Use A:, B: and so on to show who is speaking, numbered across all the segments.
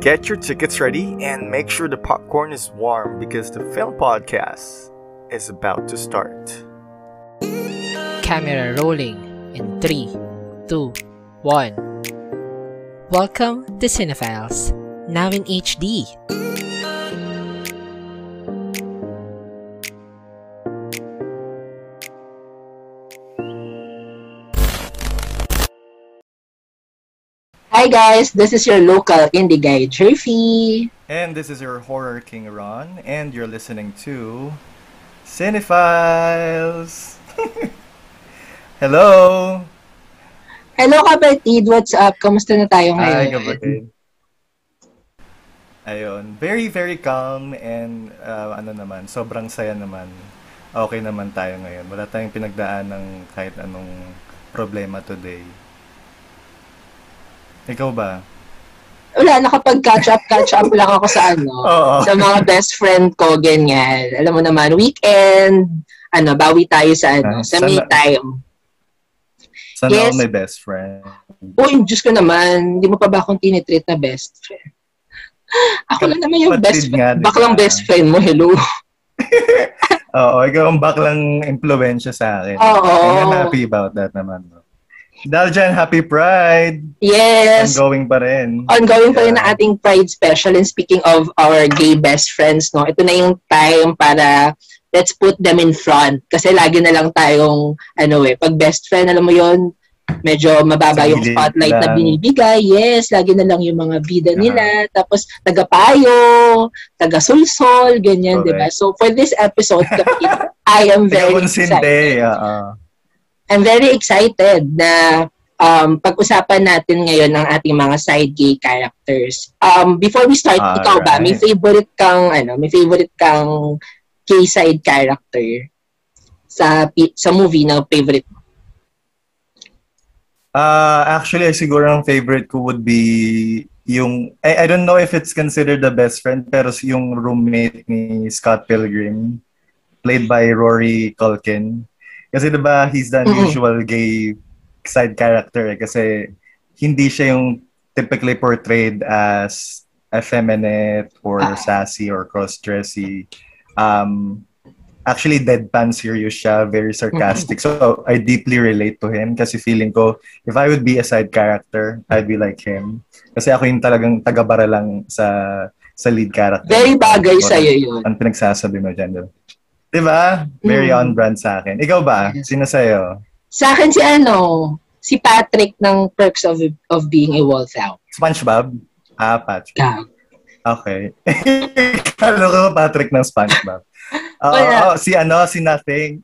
A: Get your tickets ready and make sure the popcorn is warm because the film podcast is about to start.
B: Camera rolling in three, two, one. Welcome to Cinephiles, now in HD.
C: Hi guys, this is your local indie guy Trophy.
A: And this is your horror king Ron, and you're listening to Cinephiles. Hello.
C: Hello kapatid, what's up? Kamusta na tayo
A: Hi,
C: ngayon?
A: kapatid. Ayun, very very calm and uh, ano naman, sobrang saya naman. Okay naman tayo ngayon. Wala tayong pinagdaan ng kahit anong problema today. Ikaw ba?
C: Wala, nakapag-catch up, catch up lang ako sa ano,
A: Oo.
C: sa mga best friend ko, ganyan. Alam mo naman, weekend, ano, bawi tayo sa ano,
A: Ah,
C: sa
A: sana-
C: me time.
A: Sana
C: Yes.
A: all my best friend.
C: Uy, Diyos ko naman, hindi mo pa ba akong tinitreat na best friend? Ako lang naman yung
A: Kapatid
C: best
A: nga,
C: friend.
A: di
C: Baklang
A: ba?
C: best friend mo, hello.
A: Oo, ikaw ang baklang impluensya sa akin.
C: Oo.
A: And I'm happy about that naman. no? Dahil dyan, happy pride!
C: Yes.
A: Ongoing pa rin.
C: ongoing pa rin
A: Yeah.
C: ang ating Pride Special. And speaking of our gay best friends, no, ito na yung time para let's put them in front. Kasi lagi na lang tayong, ano eh, pag best friend, alam mo yon medyo mababa
A: Sa
C: yung
A: gilid
C: spotlight na
A: lang.
C: binibigay. Yes, lagi na lang yung mga bida
A: Uh-huh.
C: nila. Tapos, tagapayo, tagasulsol, ganyan, di ba?
A: Correct.
C: So, for this episode, kapatid, I am very excited.
A: Konsinte, oo.
C: I'm very excited na um, pag-usapan natin ngayon ang ating mga side gay characters. Um, before we start,
A: Alright.
C: ikaw ba, may favorite kang, ano, may favorite kang gay side character sa pi- sa movie na favorite mo?
A: Ah, actually, siguro ang favorite ko would be yung, I, I don't know if it's considered the best friend, pero yung roommate ni Scott Pilgrim, played by Rory Culkin. Kasi diba, he's the
C: Mm-mm.
A: unusual gay side character eh, kasi hindi siya yung typically portrayed as effeminate or
C: Ah.
A: sassy or cross-dressy. Um, actually, deadpan serious siya, very sarcastic.
C: Mm-hmm.
A: So, I deeply relate to him kasi feeling ko, if I would be a side character, I'd be like him. Kasi ako yung talagang taga-bara lang sa sa lead character.
C: Very bagay
A: Parang,
C: sa'yo yun.
A: Ang pinagsasabi mo dyan. Diba? Very
C: Mm.
A: on-brand sa akin. Ikaw ba?
C: Yes.
A: Sino sa'yo?
C: Sa akin si ano, si Patrick ng Perks of of Being a Wallflower.
A: SpongeBob? Ah, Patrick.
C: Ikaw.
A: Okay. Kala ko Patrick ng SpongeBob. Oo,
C: Wala.
A: oo, si ano, si Nothing.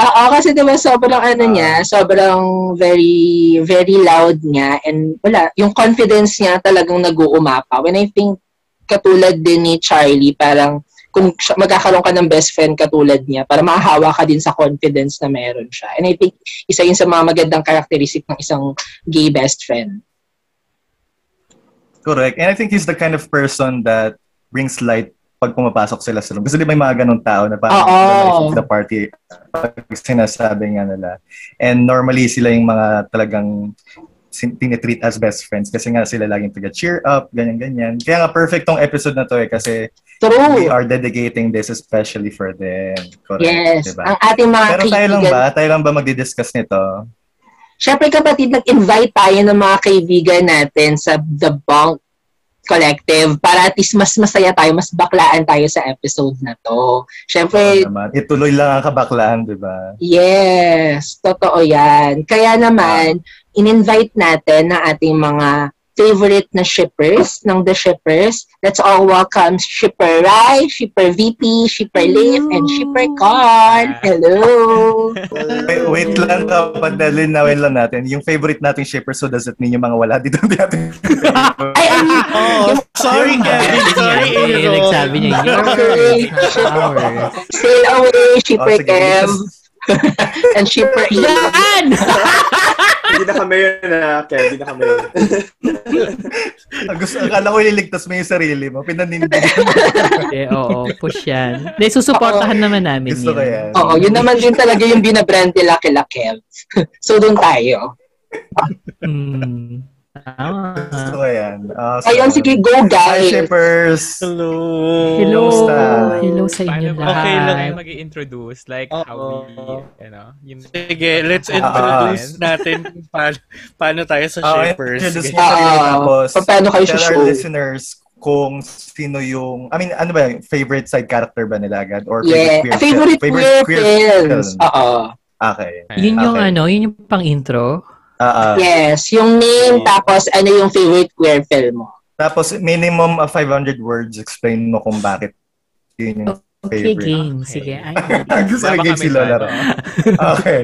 C: Oo, kasi diba sobrang ano
A: Ah.
C: niya, sobrang very, very loud niya and wala, yung confidence niya talagang nag-uumapa. When I think katulad din ni Charlie, parang kung siya- magkakaroon ka ng best friend katulad niya, para mahahawa ka din sa confidence na meron siya. And I think isa yun sa mga magandang karakteristik ng isang gay best friend.
A: Correct. And I think he's the kind of person that brings light pag pumapasok sila sa room. Kasi di ba may mga ganong tao na parang
C: Oo.
A: the life of the party pag sinasabi nga nila. And normally sila yung mga talagang sin- tinitreat as best friends kasi nga sila laging taga-cheer up, ganyan-ganyan. Kaya nga perfect tong episode na to eh kasi we
C: True.
A: are dedicating this especially for them. Correct.
C: Yes.
A: Diba?
C: Ang ating mga
A: Pero tayo lang
C: kaibigan-
A: ba? Tayo lang ba magdi-discuss nito? Ano
C: Siyempre kapatid, nag-invite tayo ng mga kaibigan natin sa The Bunk Collective para at least mas masaya tayo, mas baklaan tayo sa episode na to.
A: Ano
C: Siyempre,
A: naman? Ituloy lang ang kabaklaan, di ba?
C: yes, totoo yan. Kaya naman, in-invite natin ng ating mga favorite na shippers, ng The Shippers. Let's all welcome Shipper Rai, Shipper VP, Shipper Leif, and Shipper Con. Hello!
A: Wait, wait lang kapag nalinawin lang natin. Yung favorite nating shipper, so does it mean yung mga wala dito? Hindi natin.
C: Ay, I mean,
D: Oh, sorry Kevin. Sorry,
B: Ayun,
D: Aaron.
B: nagsabi niya,
D: Oh,
B: your
C: Okay. Ah,
B: power.
C: sail away, Shipper
A: Oh, sige,
C: Kev,
A: just-
C: and Shipper Ian.
B: Yan!
E: Hindi na kami yun na, Kev. Hindi na kami yun.
A: Gusto, akala ko ililigtas mo yung sarili mo. Pinanindigan mo.
D: Eh, oo, push yan. Hindi, susuportahan naman namin
A: Gusto ko yan.
D: yan.
C: Oo, yun naman din talaga yung binabrand nila kila Kev. so, doon tayo.
D: Mm. Tama.
A: So, ayan. Ah, so,
C: Ayun, sige, go
A: Hi,
C: guys.
A: shippers!
F: Hello.
D: Hello.
A: Kumusta?
D: Hello sa inyo
F: Paano ba
D: lahat.
F: okay
D: Okay
F: lang kayo mag-introduce? Like, how we,
G: Oo.
F: you know, yun.
H: Sige, let's introduce natin kung paano, paano tayo sa
A: Ah,
H: shapers.
A: introduce mo
C: Ah,
A: kayo
C: ah,
A: tapos
C: pa- paano kayo
A: tell our
C: show?
A: listeners kung sino yung, I mean, ano ba yung favorite side character ba nila agad? Or
C: Yeah. Favorite,
A: favorite queer, film? favorite queer,
C: films.
A: film?
C: Oo.
A: Okay.
D: Yun yung
A: Okay.
D: ano, yun yung pang-intro.
A: Ah, ah.
C: Yes. Yung name, tapos ano yung favorite queer film mo.
A: Tapos minimum of 500 words explain mo kung bakit yun yung
D: Okay,
A: favorite.
D: game.
F: Okay.
D: Sige, ay.
A: Gusto ko
F: Baka may
A: game si Lola.
F: ano.
A: Ro. Okay.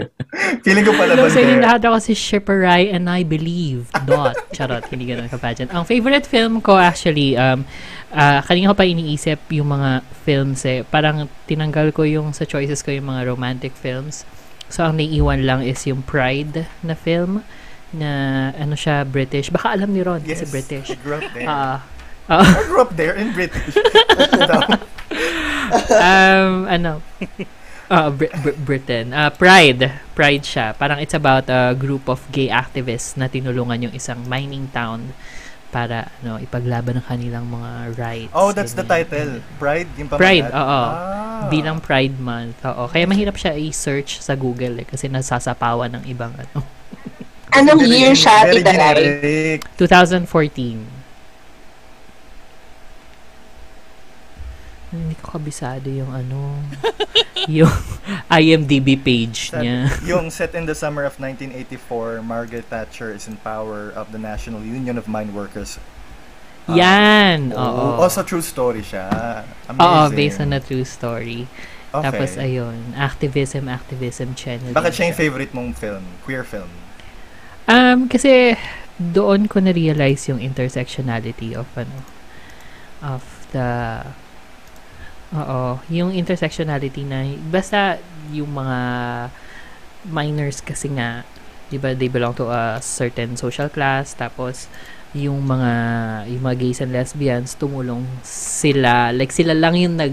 A: Feeling ko pala ba
D: Hello sa inyo lahat ako si Shipperai and I believe. Dot. Charot, hindi ganun ka pageant. Ang favorite film ko actually, um, ah, kanina ko pa iniisip yung mga films eh. Parang tinanggal ko yung sa choices ko yung mga romantic films. So ang naiiwan lang is yung Pride na film na ano siya, British. Baka alam ni Ron kasi British.
A: I grew up there.
D: Ah. ah.
A: I grew up there in British.
D: um, ano? Uh, Br- Br- Britain. Uh, Pride. Pride siya. Parang it's about a group of gay activists na tinulungan yung isang mining town para ano ipaglaban ang kanilang mga rights.
A: oh, that's the
D: Ganyan.
A: title. Pride? Yung pamagat?
D: Pride, oo.
A: Ah.
D: Bilang Pride Month. Oo. Kaya mahirap siya i-search sa Google eh, kasi nasasapawan ng ibang ano.
C: Anong
A: Very
C: year
A: gen-
C: siya,
A: very
C: Tita Rai?
A: generic.
D: 2014. Hindi ko kabisado yung ano, yung IMDb page
A: Set-
D: niya.
A: yung set in the summer of 1984, Margaret Thatcher is in power of the National Union of Mine Workers. Ah.
D: Yan.
A: Oh,
D: Oo.
A: Also true story siya. Amazing.
D: Oo, based on a true story.
A: Okay.
D: Tapos ayun, activism, activism channel.
A: Bakit siya yung favorite mong film? Queer film?
D: Um, kasi doon ko na-realize yung intersectionality of ano, of the, oo, yung intersectionality na, basta yung mga minors kasi nga, di ba, they belong to a certain social class, tapos, yung mga, yung mga gays and lesbians, tumulong sila, like sila lang yung nag,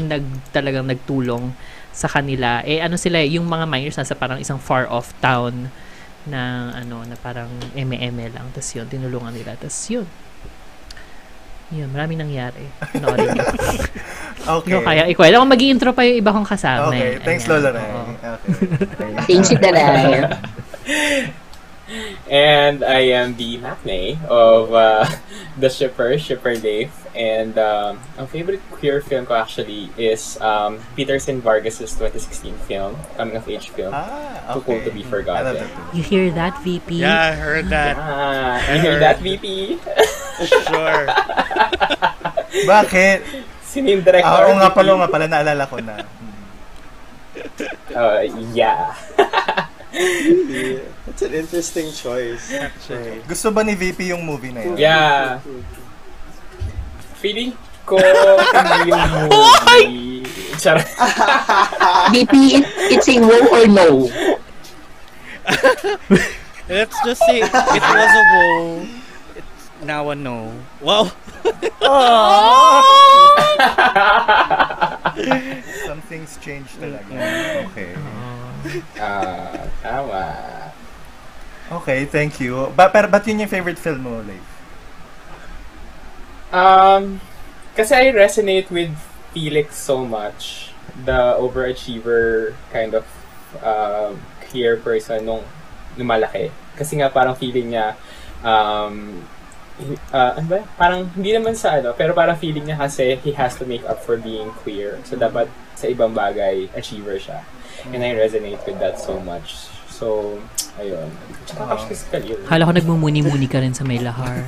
D: nag, talagang nagtulong sa kanila. Eh, ano sila, eh, yung mga minors nasa parang isang far off town na ano na parang eme lang tapos yun tinulungan nila tapos yun yun maraming nangyari Panoorin niyo. Hindi
A: Okay.
D: ko kaya ikwela kung mag intro pa yung iba kong kasama
A: Okay,
D: eh.
A: thanks
D: Ayan,
A: Lola Ray.
D: oo.
A: Okay.
C: Thanks, Tita Rai.
G: And I am the matinee of uh, The Shipper, Shipper Dave. And um, ang favorite queer film ko actually is um, Peterson Vargas' 2016 film, Coming of Age film,
A: Ah,
G: Too Cool
A: okay.
G: to
A: I
G: Be
A: love
G: Forgotten.
A: that too.
D: you hear that VP
H: Yeah, I heard that.
G: Ah, you hear that, VP?
H: Sure.
A: Bakit?
G: Sino yung director?
A: Ah, oo nga
G: VP?
A: pala, oo nga pala, naalala ko na. Hmm.
G: Uh, yeah.
I: That's an interesting choice.
H: Actually.
A: Gusto ba ni VP yung movie na yun?
G: Yeah. Feeling ko hindi yung movie. Charot.
C: BP, it, it's a no or no.
H: Let's just say it was a wow. It's now a no. Wow.
A: Oh! Something's changed talaga. Okay.
G: Ah, tama.
A: Okay, thank you. Ba, pero ba't yun yung favorite film mo, Leif?
G: Um, kasi I resonate with Felix so much. The overachiever kind of uh, queer person nung lumalaki. Kasi nga parang feeling niya, um, hi- uh, ano ba? Parang hindi naman sa ano, pero parang feeling niya kasi he has to make up for being queer. So dapat sa ibang bagay, achiever siya. And I resonate with that so much. So, ayun. Tsaka actually sa career.
D: Kala ko nagmumuni-muni ka rin sa may lahar.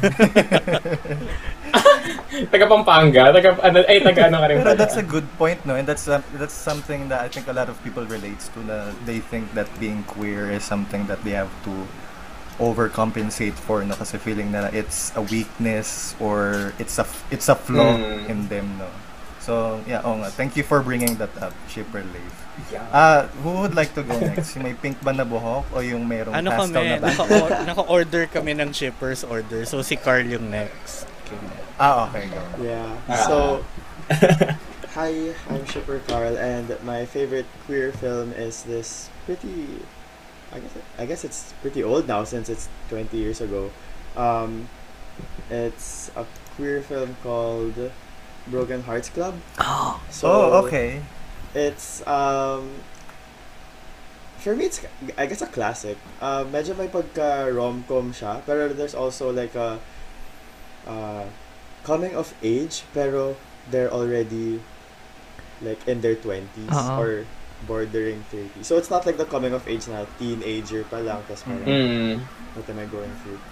G: Taga Pampanga, taga, ano,
E: eh,
G: ay, taga ano ka rin
A: Pero
G: pala.
A: that's a good point, no? And that's uh, that's something that I think a lot of people relates to. Na they think that being queer is something that they have to overcompensate for, no? Kasi feeling na it's a weakness or it's a it's a flaw
G: Mm.
A: in them, no? So yeah, oh nga. Thank you for bringing that up, Shipper Leif.
G: Yeah.
A: Ah, who would like to go next? Yung may pink ba na buhok o yung merong
H: Ano
A: pastel na
H: kami?
A: ba?
H: naka- Naka-order kami ng shippers order. So si Carl yung next. Okay.
A: Ah, okay. Go.
I: Yeah.
G: Ah.
I: So, hi, I'm Shipper Carl, and my favorite queer film is this pretty. I guess I guess it's pretty old now since it's 20 years ago. Um, it's a queer film called Broken Hearts Club.
D: Oh.
I: So
A: Oh, okay.
I: It's um for me it's I guess a classic. Uh, medyo may pagka rom-com siya, pero there's also like a uh, coming of age pero they're already like in their 20s
D: Oo.
I: or bordering 30. So it's not like the coming of age na teenager pa lang tas parang
E: Mm.
I: what am I going through?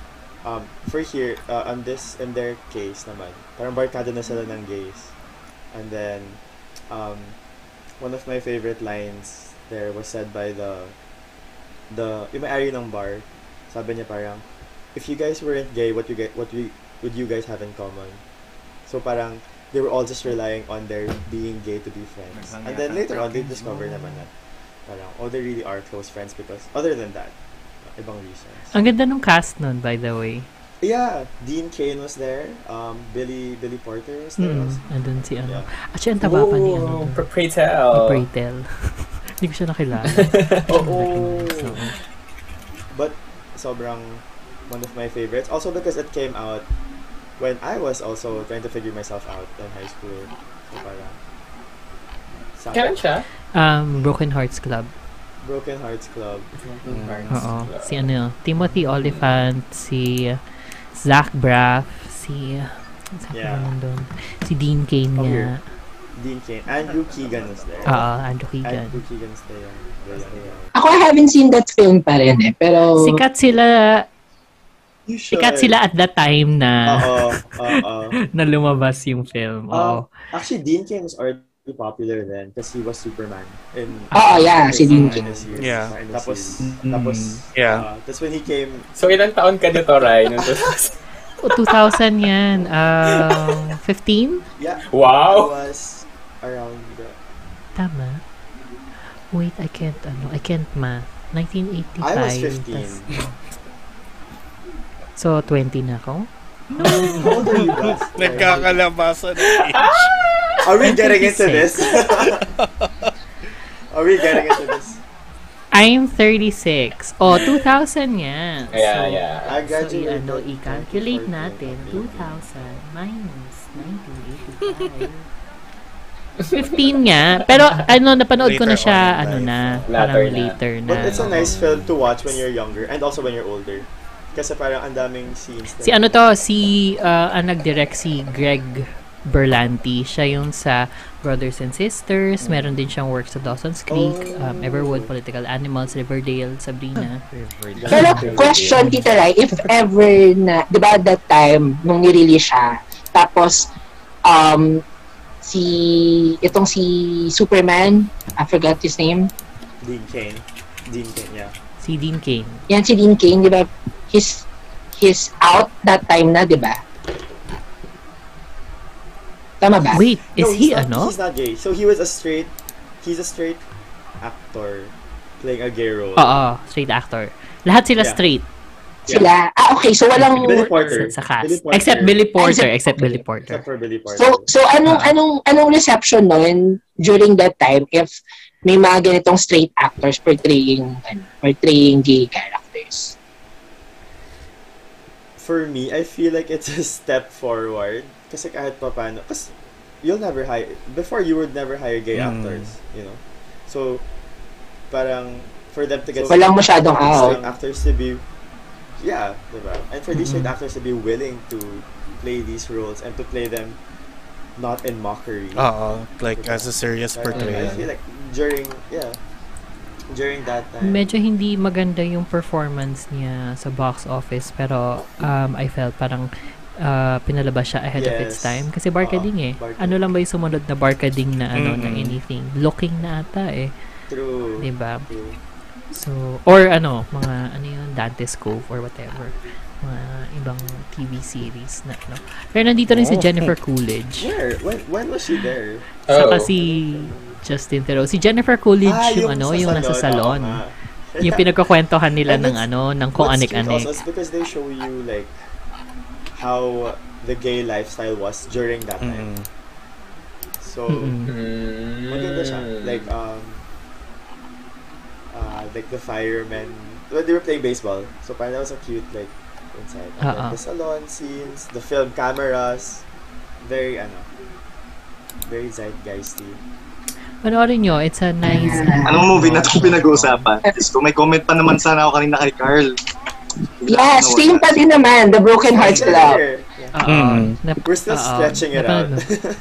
I: Um, for here, uh, on this, in their case naman, parang barkada na sila ng gays. And then, um, one of my favorite lines there was said by the, the, yung may-ari ng bar, sabi niya parang, if you guys weren't gay, what you get, what we, would you guys have in common? So parang, they were all just relying on their being gay to be friends.
A: Naglang
I: And then
A: yata
I: later on, they
A: broken
I: discover
A: bone.
I: naman na, parang, oh, they really are close friends because, other than that, ibang reasons.
D: Ang ganda ng cast nun, by the way.
I: Yeah, Dean Kane was there. Um, Billy Billy Porter was there.
D: Mm,
I: also.
D: andun si ano.
I: Yeah.
D: Actually, ang taba pa ni ano.
E: Ooh,
D: dun.
E: pr- Pray
A: Oh,
G: Uh.
E: tell.
D: Pratel. Hindi ko siya nakilala.
I: Oo.
D: So,
I: But sobrang one of my favorites. Also because it came out when I was also trying to figure myself out in high school. So parang sa
E: Kailan siya?
D: um, Broken Hearts Club.
I: Broken Hearts Club.
D: Oo. Si ano, Timothy Oliphant, si Zach Braff, si... Zach
I: Yeah.
D: yeah. nandun. Si Dean Cain
I: Oh,
D: niya.
I: Dean Kane. Andrew Keegan was there.
D: Oo, Andrew Keegan.
I: Andrew Keegan's there. Yeah, yeah.
C: Ako, I haven't seen that film pa rin eh. Pero,
D: Sikat sila,
I: You should.
D: sikat sila at that time na
I: Oo, oo.
D: na lumabas yung film.
I: Ah,
D: Oo.
I: Actually, Dean Kane was already popular then because he was Superman. In,
C: Oo, yeah, si Dean
I: in the series.
H: Yeah.
I: In the Tapos,
A: Mm.
I: tapos,
H: Yeah.
I: uh, that's when he came,
E: So, ilang taon ka nito, Rai? Nung tus-
D: O, 2000 Oh, yan. Um, 15?
I: yeah, I
G: Oh.
E: wow!
I: was around, the,
D: Tama. Wait, I can't, ano, I can't math. 1985.
I: I was
D: tas-
I: 15.
D: so, 20 na ako?
I: How old are you guys?
H: Nagkakalabasan.
I: Are we getting into this? are we getting into this?
D: I'm 36. Oh, 2000 yan. so,
E: Yeah, yeah.
I: I
D: So,
I: graduated.
D: i-ano,
I: in
D: i-calculate
I: 2014,
D: natin.
I: I think.
D: 2,000 minus 1985. 15 nga. Pero, ano, napanood ko na
H: Later
D: siya,
H: on in
D: ano
H: life.
D: na,
E: Later
D: parang
E: na.
D: later na.
I: But it's a
D: oo.
I: nice film to watch when you're younger and also when you're older. Kasi parang ang daming scenes. na-
D: Si ano to, si, uh, ang nag-direct si Greg Berlanti. Siya yung sa Brothers and Sisters. Meron din siyang work sa Dawson's Creek, um, Everwood, Political Animals, Riverdale, Sabrina.
C: pero question, Tita Rai, if ever na, di ba that time, nung nirelease siya, tapos, um, si, itong si Superman, I forgot his name,
I: Dean Kane. Dean Kane, yeah.
D: Si Dean Cain.
C: yan si Dean Cain, di ba, he's, he's out that time na, di ba? Tama ba?
D: Wait, is
I: No,
D: he
I: he's not,
D: ano?
I: He's not gay. So he was a straight, he's a straight actor playing a gay role.
D: Oo, straight actor. Lahat sila
I: Yeah.
D: straight
C: Sila, ah, okay, so walang,
I: Billy Porter.
D: sa, sa cast.
I: Billy Porter.
D: Except Billy Porter.
C: Except-
D: Except Billy
I: Except
D: Porter.
I: for Billy Porter.
C: So, so anong
A: ah.
C: anong anong reception noon during that time if may mga ganitong straight actors portraying ano, portraying gay characters?
I: for me, I feel like it's a step forward. Kasi kahit pa paano, kasi you'll never hire, before you would never hire gay
H: Mm.
I: actors, you know? So, parang, for them to get
C: Walang masyadong ah, oh. out.
I: straight actors to be, yeah, diba? And for these
D: Mm-hmm.
I: straight actors to be willing to play these roles and to play them not in mockery.
H: Oo, like as a serious
I: Parang, I feel
H: portrayal.
I: like during, yeah, during that time.
D: Medyo hindi maganda yung performance niya sa box office pero um, I felt parang uh, pinalabas siya ahead of its
I: Yes.
D: time kasi barkading eh.
I: Oo, barkading.
D: Ano lang ba yung sumunod na barkading na ano na
H: Mm-mm.
D: anything? Looking na ata eh,
I: True.
D: 'di ba?
I: True.
D: So or ano, mga ano yun, Dante's Cove or whatever mga ibang TV series na ano. Pero nandito rin si Jennifer Coolidge.
I: Where? When, when was she there?
G: Oh.
E: Oh.
D: Saka si Justin Theroux. Si Jennifer Coolidge
A: Ah,
D: yung, ano,
I: sa
D: yung nasa salon.
I: oo nga.
D: yung pinagkakwentuhan nila
I: And
D: ng
I: it's-
D: ano, ng kung
I: Ah, What's cute Also,
D: anik-anik.
I: it's because they show you like how the gay lifestyle was during that
A: Mm-hmm.
I: time.
H: Mm.
I: So
D: Mm-mm.
E: Mm.
I: maganda siya. Like um ah, uh like the firemen well, they were playing baseball. So parang that was a cute like inside. And then
D: Uh-uh.
I: The salon scenes, the film cameras, very ano, very zeitgeisty.
D: Panoorin nyo, it's a nice... uh,
A: Anong movie na itong pinag-uusapan? Diyos ko, may comment pa naman sana ako kanina kay Carl.
C: Yes, same pa din naman, The Broken Hearts Club.
I: Yeah.
D: Oo.
H: Mm.
D: nap-
I: We're still
D: oo,
I: stretching it out.
D: napanood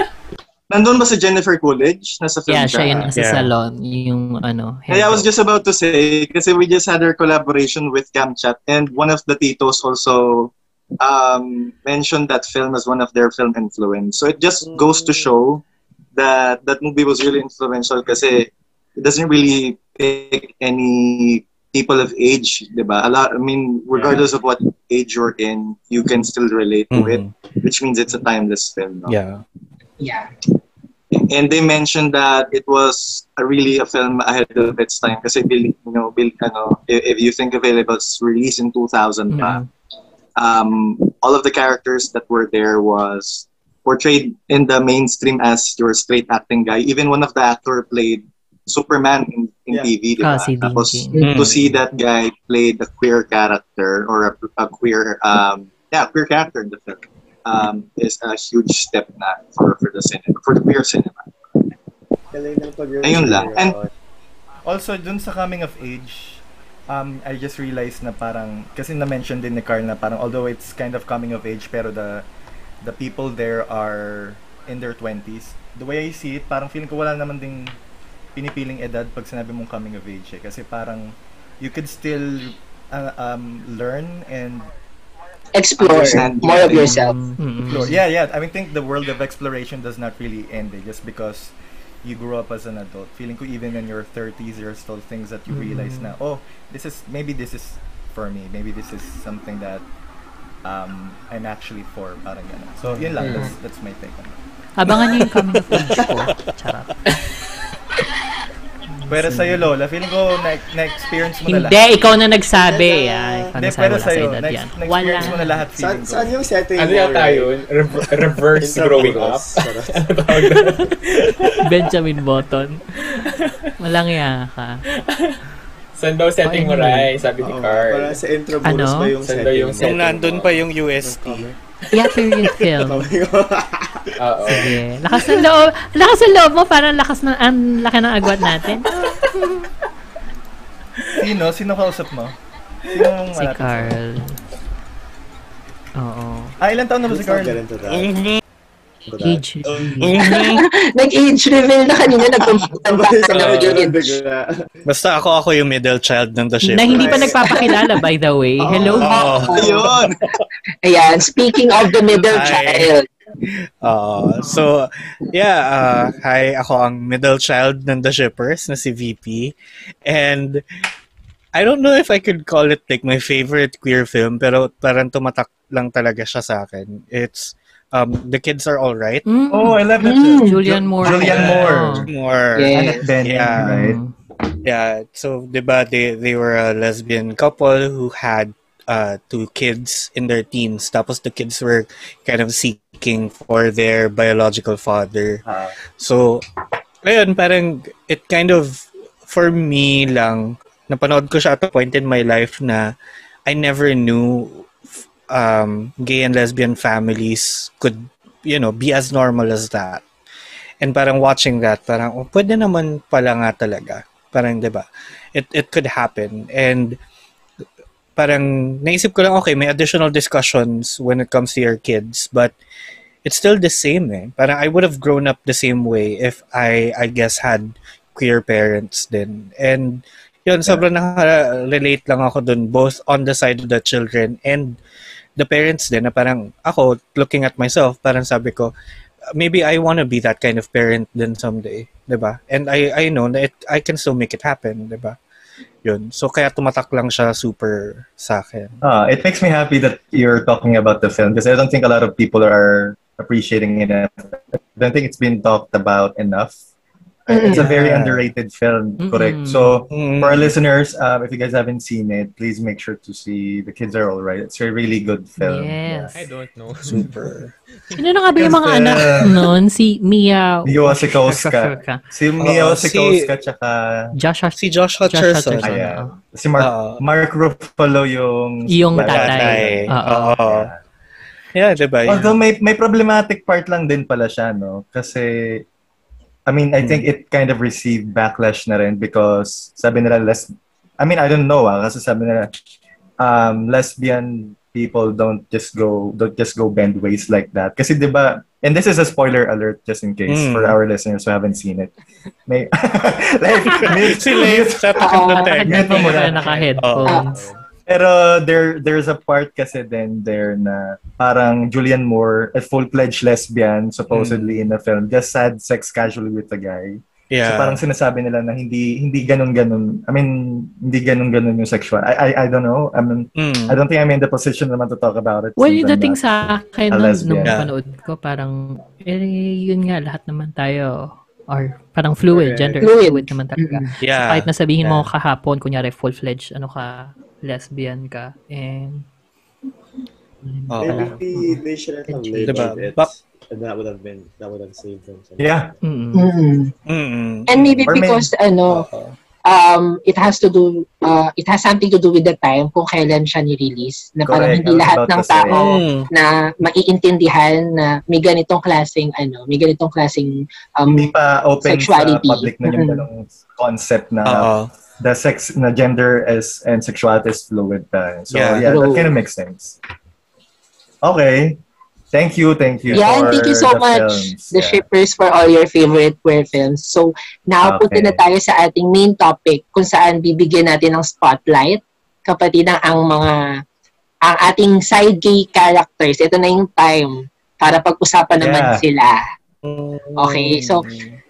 D: mo.
A: Nandun ba si Jennifer Coolidge? Nasa film
D: Yeah, siya
A: siya.
D: yun nasa
H: Yeah.
D: salon. Yung ano.
A: Hey, I was
D: hair.
A: just about to say, kasi we just had our collaboration with Camchat and one of the titos also um, mentioned that film as one of their film influence. So it just goes to show that that movie was really influential kasi it doesn't really pick any people of age, di ba? A lot, I mean, regardless of what age you're in, you can still relate to it, which means it's a timeless film. no?
H: Mm-hmm. Yeah.
C: Yeah.
A: and they mentioned that it was a really a film ahead of its time kasi bil- you know bil- ano, if, if you think of it it was released in 2000 pa um, all of the characters that were there was portrayed in the mainstream as your straight acting guy even one of the actor played Superman in, in
I: Yeah.
A: TV diba?
D: Ah, si Dean
A: tapos
D: King.
A: to
H: Hmm.
A: see that guy played a queer character or a, a queer um yeah queer character in the film um, is a huge step na for for the cinema for the queer cinema.
I: Galing ng pag
A: Ayun lang. And-
J: Also, dun sa coming of age, um, I just realized na parang, kasi na-mention din ni Carl na parang, although it's kind of coming of age, pero the, the people there are in their 20s. The way I see it, parang feeling ko wala naman ding pinipiling edad pag sinabi mong coming of age eh. Kasi parang, you could still uh, um, learn and
C: Explore
A: Understand.
C: more of yourself.
D: Mm-mm.
J: explore. Yeah, yeah. I mean, think the world of exploration does not really end eh, just because you grow up as an adult. Feeling ko even in your 30s, there are still things that you realize na,
I: Mm-hmm.
J: oh, this is, maybe this is for me. Maybe this is something that um, I'm actually for. Parang ganun. So, yun lang.
I: Mm-hmm.
J: That's, that's my take on it.
D: Abangan nyo yung coming of age ko. Charot.
I: Mm-hmm.
J: Pero sa'yo, Lola, feeling ko na- na-experience mo na lahat.
D: Hindi, ikaw na nagsabi. Ay, ikaw
J: Hindi,
D: na sabi
J: pero
D: wala sa
J: sa'yo,
D: edad
J: na-
D: yan. Wala.
J: na-experience mo na lahat
I: saan,
J: feeling ko.
I: saan yung setting
E: Ano
I: mo,
E: yata
I: Ray?
E: yun? Rever- reverse growing up? Ano
I: Intramuros. Charot.
E: Tawag na.
D: Benjamin Button. Malangya ka.
E: Saan daw setting mo, Ray? Sabi ni
I: Oo,
E: Carl.
I: Parang sa intramuros
D: Ano?
I: ba yung
E: Saan
I: setting
E: daw yung
I: mo?
E: set?
H: Kung nandun pa yung UST.
I: Cover.
D: Yeah, period film.
I: Cover ko.
E: Oo.
D: Sige. Lakas ng loob. Lakas ng loob mo. Parang lakas ng, ang laki ng agwat natin.
J: Sino? Sino kausap mo? Sino mong
D: Si
J: malapit sa'yo?
D: Carl. Oo.
J: Ah, ilan taon na ba si
I: Let's not
J: Carl?
I: get into that. To that.
D: Age.
J: Oh,
C: Nag-age reveal na kanina, nagpumputan pa
I: Sabay-
C: ka ng
I: sabay yun ang
C: age.
I: bigla.
H: Basta ako, ako yung middle child ng The Ship.
D: Na hindi pa nagpapakilala, by the way.
J: Oh.
D: Hello.
H: Oo.
A: Ayun.
C: Ayan, speaking of the middle
H: Hi.
C: child.
H: Oo. so, yeah, uh, hi, ako ang middle child ng The Shippers na si VP. And I don't know if I could call it like my favorite queer film, pero parang tumatak lang talaga siya sa akin. It's um, The Kids Are Alright.
D: Mm.
J: Oh, I love that
C: Mm.
J: film.
D: Julian
J: Ju-
D: Moore. Oh.
J: Julian
D: Yeah.
J: Moore.
H: More,
C: Yeah.
J: Annette Bening,
H: Yeah.
J: right?
H: yeah. So, di ba, they, they were a lesbian couple who had uh, two kids in their teens. Tapos the kids were kind of seeking for their biological father.
J: Ah.
H: So, ayun, parang it kind of, for me lang, napanood ko siya at a point in my life na I never knew f- um, gay and lesbian families could, you know, be as normal as that. And parang watching that, parang, oh, pwede naman pala nga talaga. Parang, di ba? It, it could happen. And parang naisip ko lang, okay, may additional discussions when it comes to your kids, but it's still the same eh. Parang I would have grown up the same way if I, I guess, had queer parents then. And yun, sobrang nakarelate lang ako dun, both on the side of the children and the parents din, na parang ako, looking at myself, parang sabi ko, maybe I want to be that kind of parent then someday, 'di ba? And I I know that it- I can still make it happen, 'di ba? Yun. So kaya tumatak lang siya super sa akin.
A: Ah, it makes me happy that you're talking about the film because I don't think a lot of people are appreciating it. I don't think it's been talked about enough. It's a very
H: Yeah.
A: underrated film, correct?
D: Mm-mm.
A: So,
H: Mm.
A: for our listeners, uh, if you guys haven't seen it, please make sure to see The Kids Are Alright. It's a really good film.
D: Yes.
G: I don't know.
H: Super.
D: Sino na nga ba yung mga
A: Kasi-
D: anak nun? Si Mia...
A: Mia Wasikowska.
D: Wasikowska.
A: Si Mia
H: Oo,
A: Wasikowska, tsaka
D: Josh Hutcherson.
H: Si Josh Hutcherson.
J: Ah,
A: Hutcherson. Ayan.
D: oo.
A: si Mark,
H: Oo.
A: Mark Ruffalo yung...
D: Yung
A: Batman.
D: tatay. Oo.
H: Oo. Yeah, diba? yun?
A: Although may may problematic part lang din pala siya, no? Kasi I mean, I
H: Hmm.
A: think it kind of received backlash na rin because sabi nila less I mean, I don't know ah, kasi sabi nila um lesbian people don't just go don't just go bend ways like that. Kasi 'di ba? And this is a spoiler alert just in case
H: Mm.
A: for our listeners who haven't seen it. May like may-
H: si Leif sa tapat ng tag.
A: Ganito mo
D: Naka-
A: na.
J: Oh.
D: Naka-headphones.
A: Pero there there's a part kasi then there na parang Julian Moore, a full-fledged lesbian supposedly in the film, just had sex casually with a guy.
H: Mm.
A: So
H: Yeah.
A: parang sinasabi nila na hindi hindi ganun-ganun. I mean, hindi ganun-ganun yung sexual. I I, I don't know. I mean,
H: Mm.
A: I don't think I'm in the position naman to talk about it.
D: Well,
A: since I'm
D: yung dating
A: not-
D: sa akin
A: a
D: nung,
A: lesbian.
D: nung
H: Yeah.
D: panood ko, parang, eh, yun nga, lahat naman tayo, or parang fluid,
E: Correct.
D: gender
C: Fluid.
D: fluid, naman talaga. So,
H: Mm-hmm. Yeah.
D: kahit na sabihin mo
A: Yeah.
D: kahapon, kunyari full-fledged, ano ka, lesbian ka, and,
H: Oo.
I: Maybe they should have labeled
H: Oh, Diba?
I: it.
H: Bak-
I: And that would have been that would have saved them. some-
A: Yeah.
D: mm
C: Mm-mm.
H: Mm-mm.
C: Hmm. And maybe
A: Or may-
C: because ano, um it has to do uh, it has something to do with the time kung kailan siya ni-release na parang
A: Correct.
C: hindi
A: I was
C: lahat
A: about
C: ng
A: to say.
C: tao
H: Mm.
C: na maiintindihan na may ganitong klaseng ano, may ganitong klaseng um
A: Hindi pa open
C: Sexuality.
A: sa public na yung
C: Mm-mm.
A: dalawang concept na
H: Oo.
A: the sex na gender is and sexuality is fluid pa. So
H: Yeah.
A: yeah, that kind of makes sense. Okay. Thank you, thank you.
C: Yeah, and
A: for
C: thank you so
A: the
C: much,
A: films.
C: the
A: Yeah.
C: shippers, for all your favorite queer films. So, now
A: Okay.
C: punta na tayo sa ating main topic kung saan bibigyan natin ng spotlight kapatid ng ang mga ang ating side gay characters. Ito na yung time para pag-usapan naman
A: Yeah.
C: sila. Okay, so
H: Mm.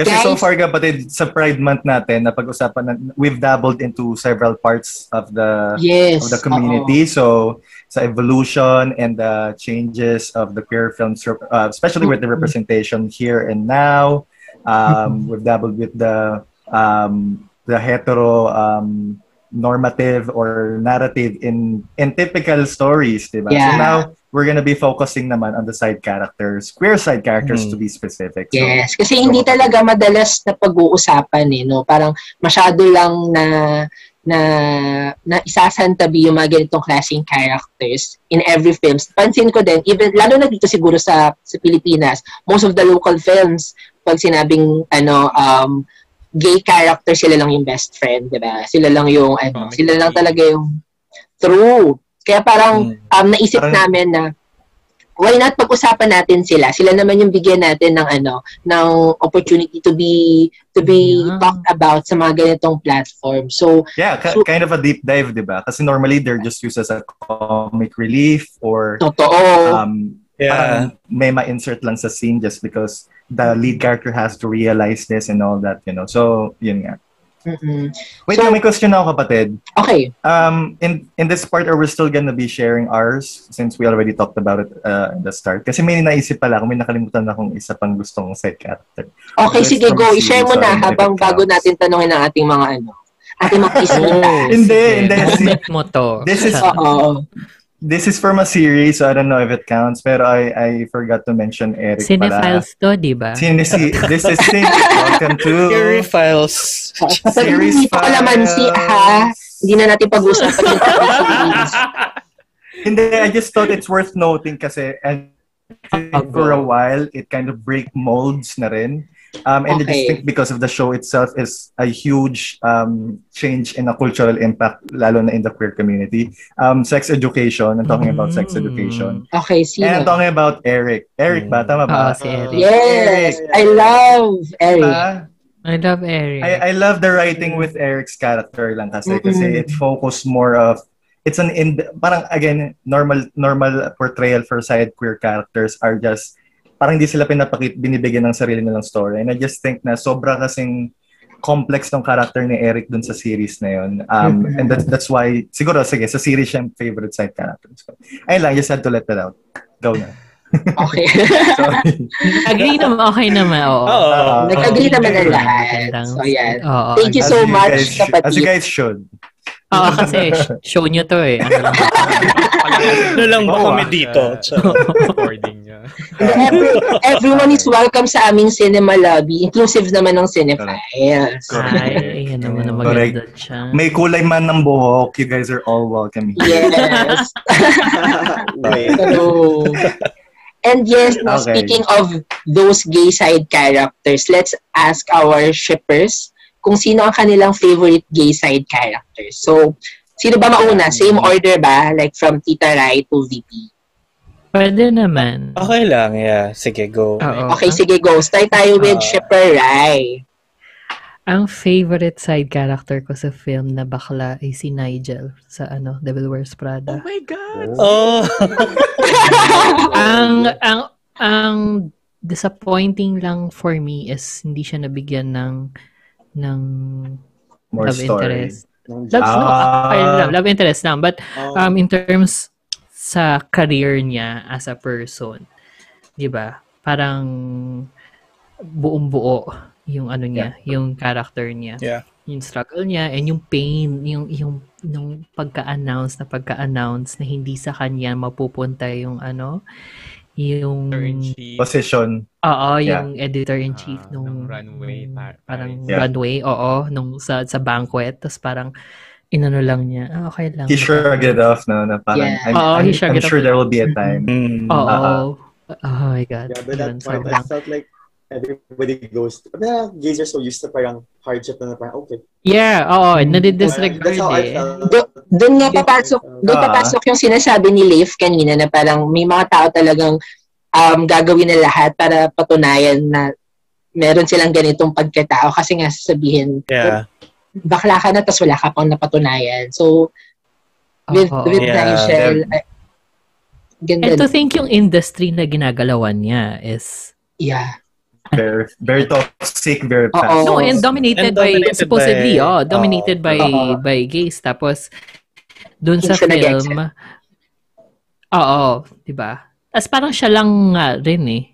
A: Kasi
C: Guys-
A: so far kapatid, sa Pride Month natin, napag-usapan na, we've dabbled into several parts of the
C: yes.
A: of the community. So, sa evolution and the changes of the queer films, rep- uh, especially with
C: Mm-hmm.
A: the representation here and now. Um, We've dabbled with the um, the hetero um, normative or narrative in in typical stories, diba? So
C: Yeah.
A: now we're gonna be focusing naman on the side characters, queer side characters
H: Mm.
C: Mm-hmm.
A: to be specific. So,
C: Yes, kasi hindi talaga madalas na pag-uusapan eh, no? Parang masyado lang na na na isasantabi yung mga ganitong klaseng characters in every films. Pansin ko din, even lalo na dito siguro sa sa Pilipinas, most of the local films pag sinabing ano um gay character sila lang yung best friend, 'di ba? Sila lang yung ano,
G: Comic
C: sila lang
G: relief.
C: talaga yung true. Kaya parang
H: Mm.
C: um, naisip
A: Parang-
C: namin na why not pag-usapan natin sila? Sila naman yung bigyan natin ng ano, ng opportunity to be to be
D: Yeah.
C: talked about sa mga ganitong platform. So,
A: Yeah, ki-
C: So-
A: kind of a deep dive, diba? Kasi normally they're just used as a comic relief or
C: totoo.
A: um,
H: Yeah.
A: parang may ma-insert lang sa scene just because the lead character has to realize this and all that, you know. So, yun nga.
C: Mm-mm.
A: Wait,
C: So-
A: lang, may question ako kapatid.
C: Okay.
A: Um, in in this part, are we still gonna be sharing ours since we already talked about it uh, in the start? Kasi may naisip pala ako, may nakalimutan akong isa pang gustong side character.
C: Okay,
A: Let's
C: sige go.
A: proceed.
C: I-share mo na
A: Sorry,
C: habang
A: Mary Kat.
C: bago natin tanungin ang ating mga ano, ating mga ismita.
H: Oh,
A: Hindi, hindi.
D: Moment mo to.
A: This is-
D: Sa-
C: Oo.
A: This is from a series, so I don't know if it counts, pero I, I forgot to mention Eric pala.
D: Cinephiles to, di ba?
A: Cinesi, this is Cine. Welcome to
H: Fury Files.
A: Series
C: Hindi pa kalamansi, ha?
A: Files.
C: Hindi na natin pag-usapan yung series.
A: Hindi, I just thought it's worth noting kasi and for a while, it kind of break molds na rin. Um, and I just
C: Okay.
A: think because of the show itself is a huge um, change in a cultural impact, lalo na in the queer community. Um, sex education, I'm talking about sex
D: Mm.
A: education.
C: Okay, sino?
A: And I'm talking about Eric. Eric ba? Tama
D: Oo,
A: ba?
D: si Eric.
C: Yes, I love Eric.
A: Diba?
D: I love Eric.
A: I, I love the writing with Eric's character lang kasi
C: Mm-mm.
A: eh, kasi it focused more of it's an in parang again normal normal portrayal for side queer characters are just parang hindi sila pinapakit binibigyan ng sarili nilang story and I just think na sobra kasing complex ng character ni Eric dun sa series na yun. Um,
C: Mm-mm.
A: And that's, that's why, siguro, sige, sa series siya yung favorite side character. So, ayun lang, just had to let that out. Go na.
C: Okay.
A: Sorry.
D: Agree naman, okay naman, oo.
H: Oo.
C: Nag-agree
D: Okay.
C: naman ang lahat.
D: Magandang-
C: So, yan.
D: Oo.
C: Thank you
A: As
C: so much,
A: guys sh- As you
C: kapatid.
A: guys should.
D: Oo, kasi sh- show nyo to eh. Ano lang.
H: Ano lang ba
A: Oo,
H: kami
G: ah.
H: dito? So,
G: recording niya.
A: Mm.
C: Every- everyone is welcome sa aming cinema lobby. Inclusive naman ng cinephiles.
A: Correct.
D: Ay, ayan naman ang
A: Correct.
D: maganda siya.
A: May kulay man ng buhok, you guys are all welcome here.
C: Yes.
I: Wait.
C: Hello. And yes, now
A: Okay.
C: speaking of those gay side characters, let's ask our shippers kung sino ang kanilang favorite gay side characters. So, sino ba
A: Mm.
C: mauna? Same order ba? Like from Tita Rai to VP.
D: Pwede naman.
H: okay lang, yeah. Sige, go.
A: Ah.
D: Oo.
C: Okay, sige, go. Start tayo with
A: Uh,
H: Ah.
C: shipper Rai.
D: Ang favorite side character ko sa film na bakla ay si Nigel sa ano, Devil Wears Prada.
G: my God!
H: Oh,
D: ang ang ang disappointing lang for me is hindi siya nabigyan ng ng
A: More
D: love
A: story.
D: interest. Love, no,
A: Ah.
D: I love, love interest lang. But um, in terms sa career niya as a person, di ba? Parang buong-buo yung ano niya, yung character niya.
H: Yeah.
D: Yung struggle niya and yung pain, yung yung nung pagka-announce na pagka-announce na hindi sa kanya mapupunta yung ano, yung
G: Orange
A: Position.
D: Oo,
A: Yeah.
D: yung editor-in-chief
G: Ah,
D: nung,
G: nung runway par-
D: parang
A: Yeah.
D: runway, oo, nung sa sa banquet, tapos parang inano lang niya, ah, okay lang.
A: He shrugged it off, no? Na parang,
C: Yeah.
A: I'm,
D: Oo,
A: I'm,
D: Oh, he shrugged
A: I'm
D: it
A: sure
D: off.
A: there will be a time.
H: mm.
D: Oo.
A: Ah,
D: oh my God.
I: Yeah,
D: Yun,
I: but that point, I
D: sobrang-
I: felt like everybody goes, na gays are so used to parang hardship na na parang, okay.
D: yeah, oo, nadidisregard
I: That's how
D: eh.
I: I felt. Um,
C: Doon nga papasok, doon
A: Ah.
C: papasok yung sinasabi ni Leif kanina na parang may mga tao talagang um, gagawin na lahat para patunayan na meron silang ganitong pagkatao kasi nga sasabihin,
H: Yeah.
C: bakla ka na tapos wala ka pang napatunayan. So, with,
D: Oo.
C: with
H: Yeah.
C: Nigel, I- ganda.
D: And to think yung industry na ginagalawan niya is
C: yeah.
A: Very, very toxic, very
C: Oo.
A: fast.
D: no and dominated,
H: And
D: by
H: dominated
D: supposedly
H: by-
D: oh dominated by
C: Oo.
D: by gays tapos doon
C: Hindi
D: sa
C: siya nag-exit.
D: film oo di ba as parang siya lang nga rin eh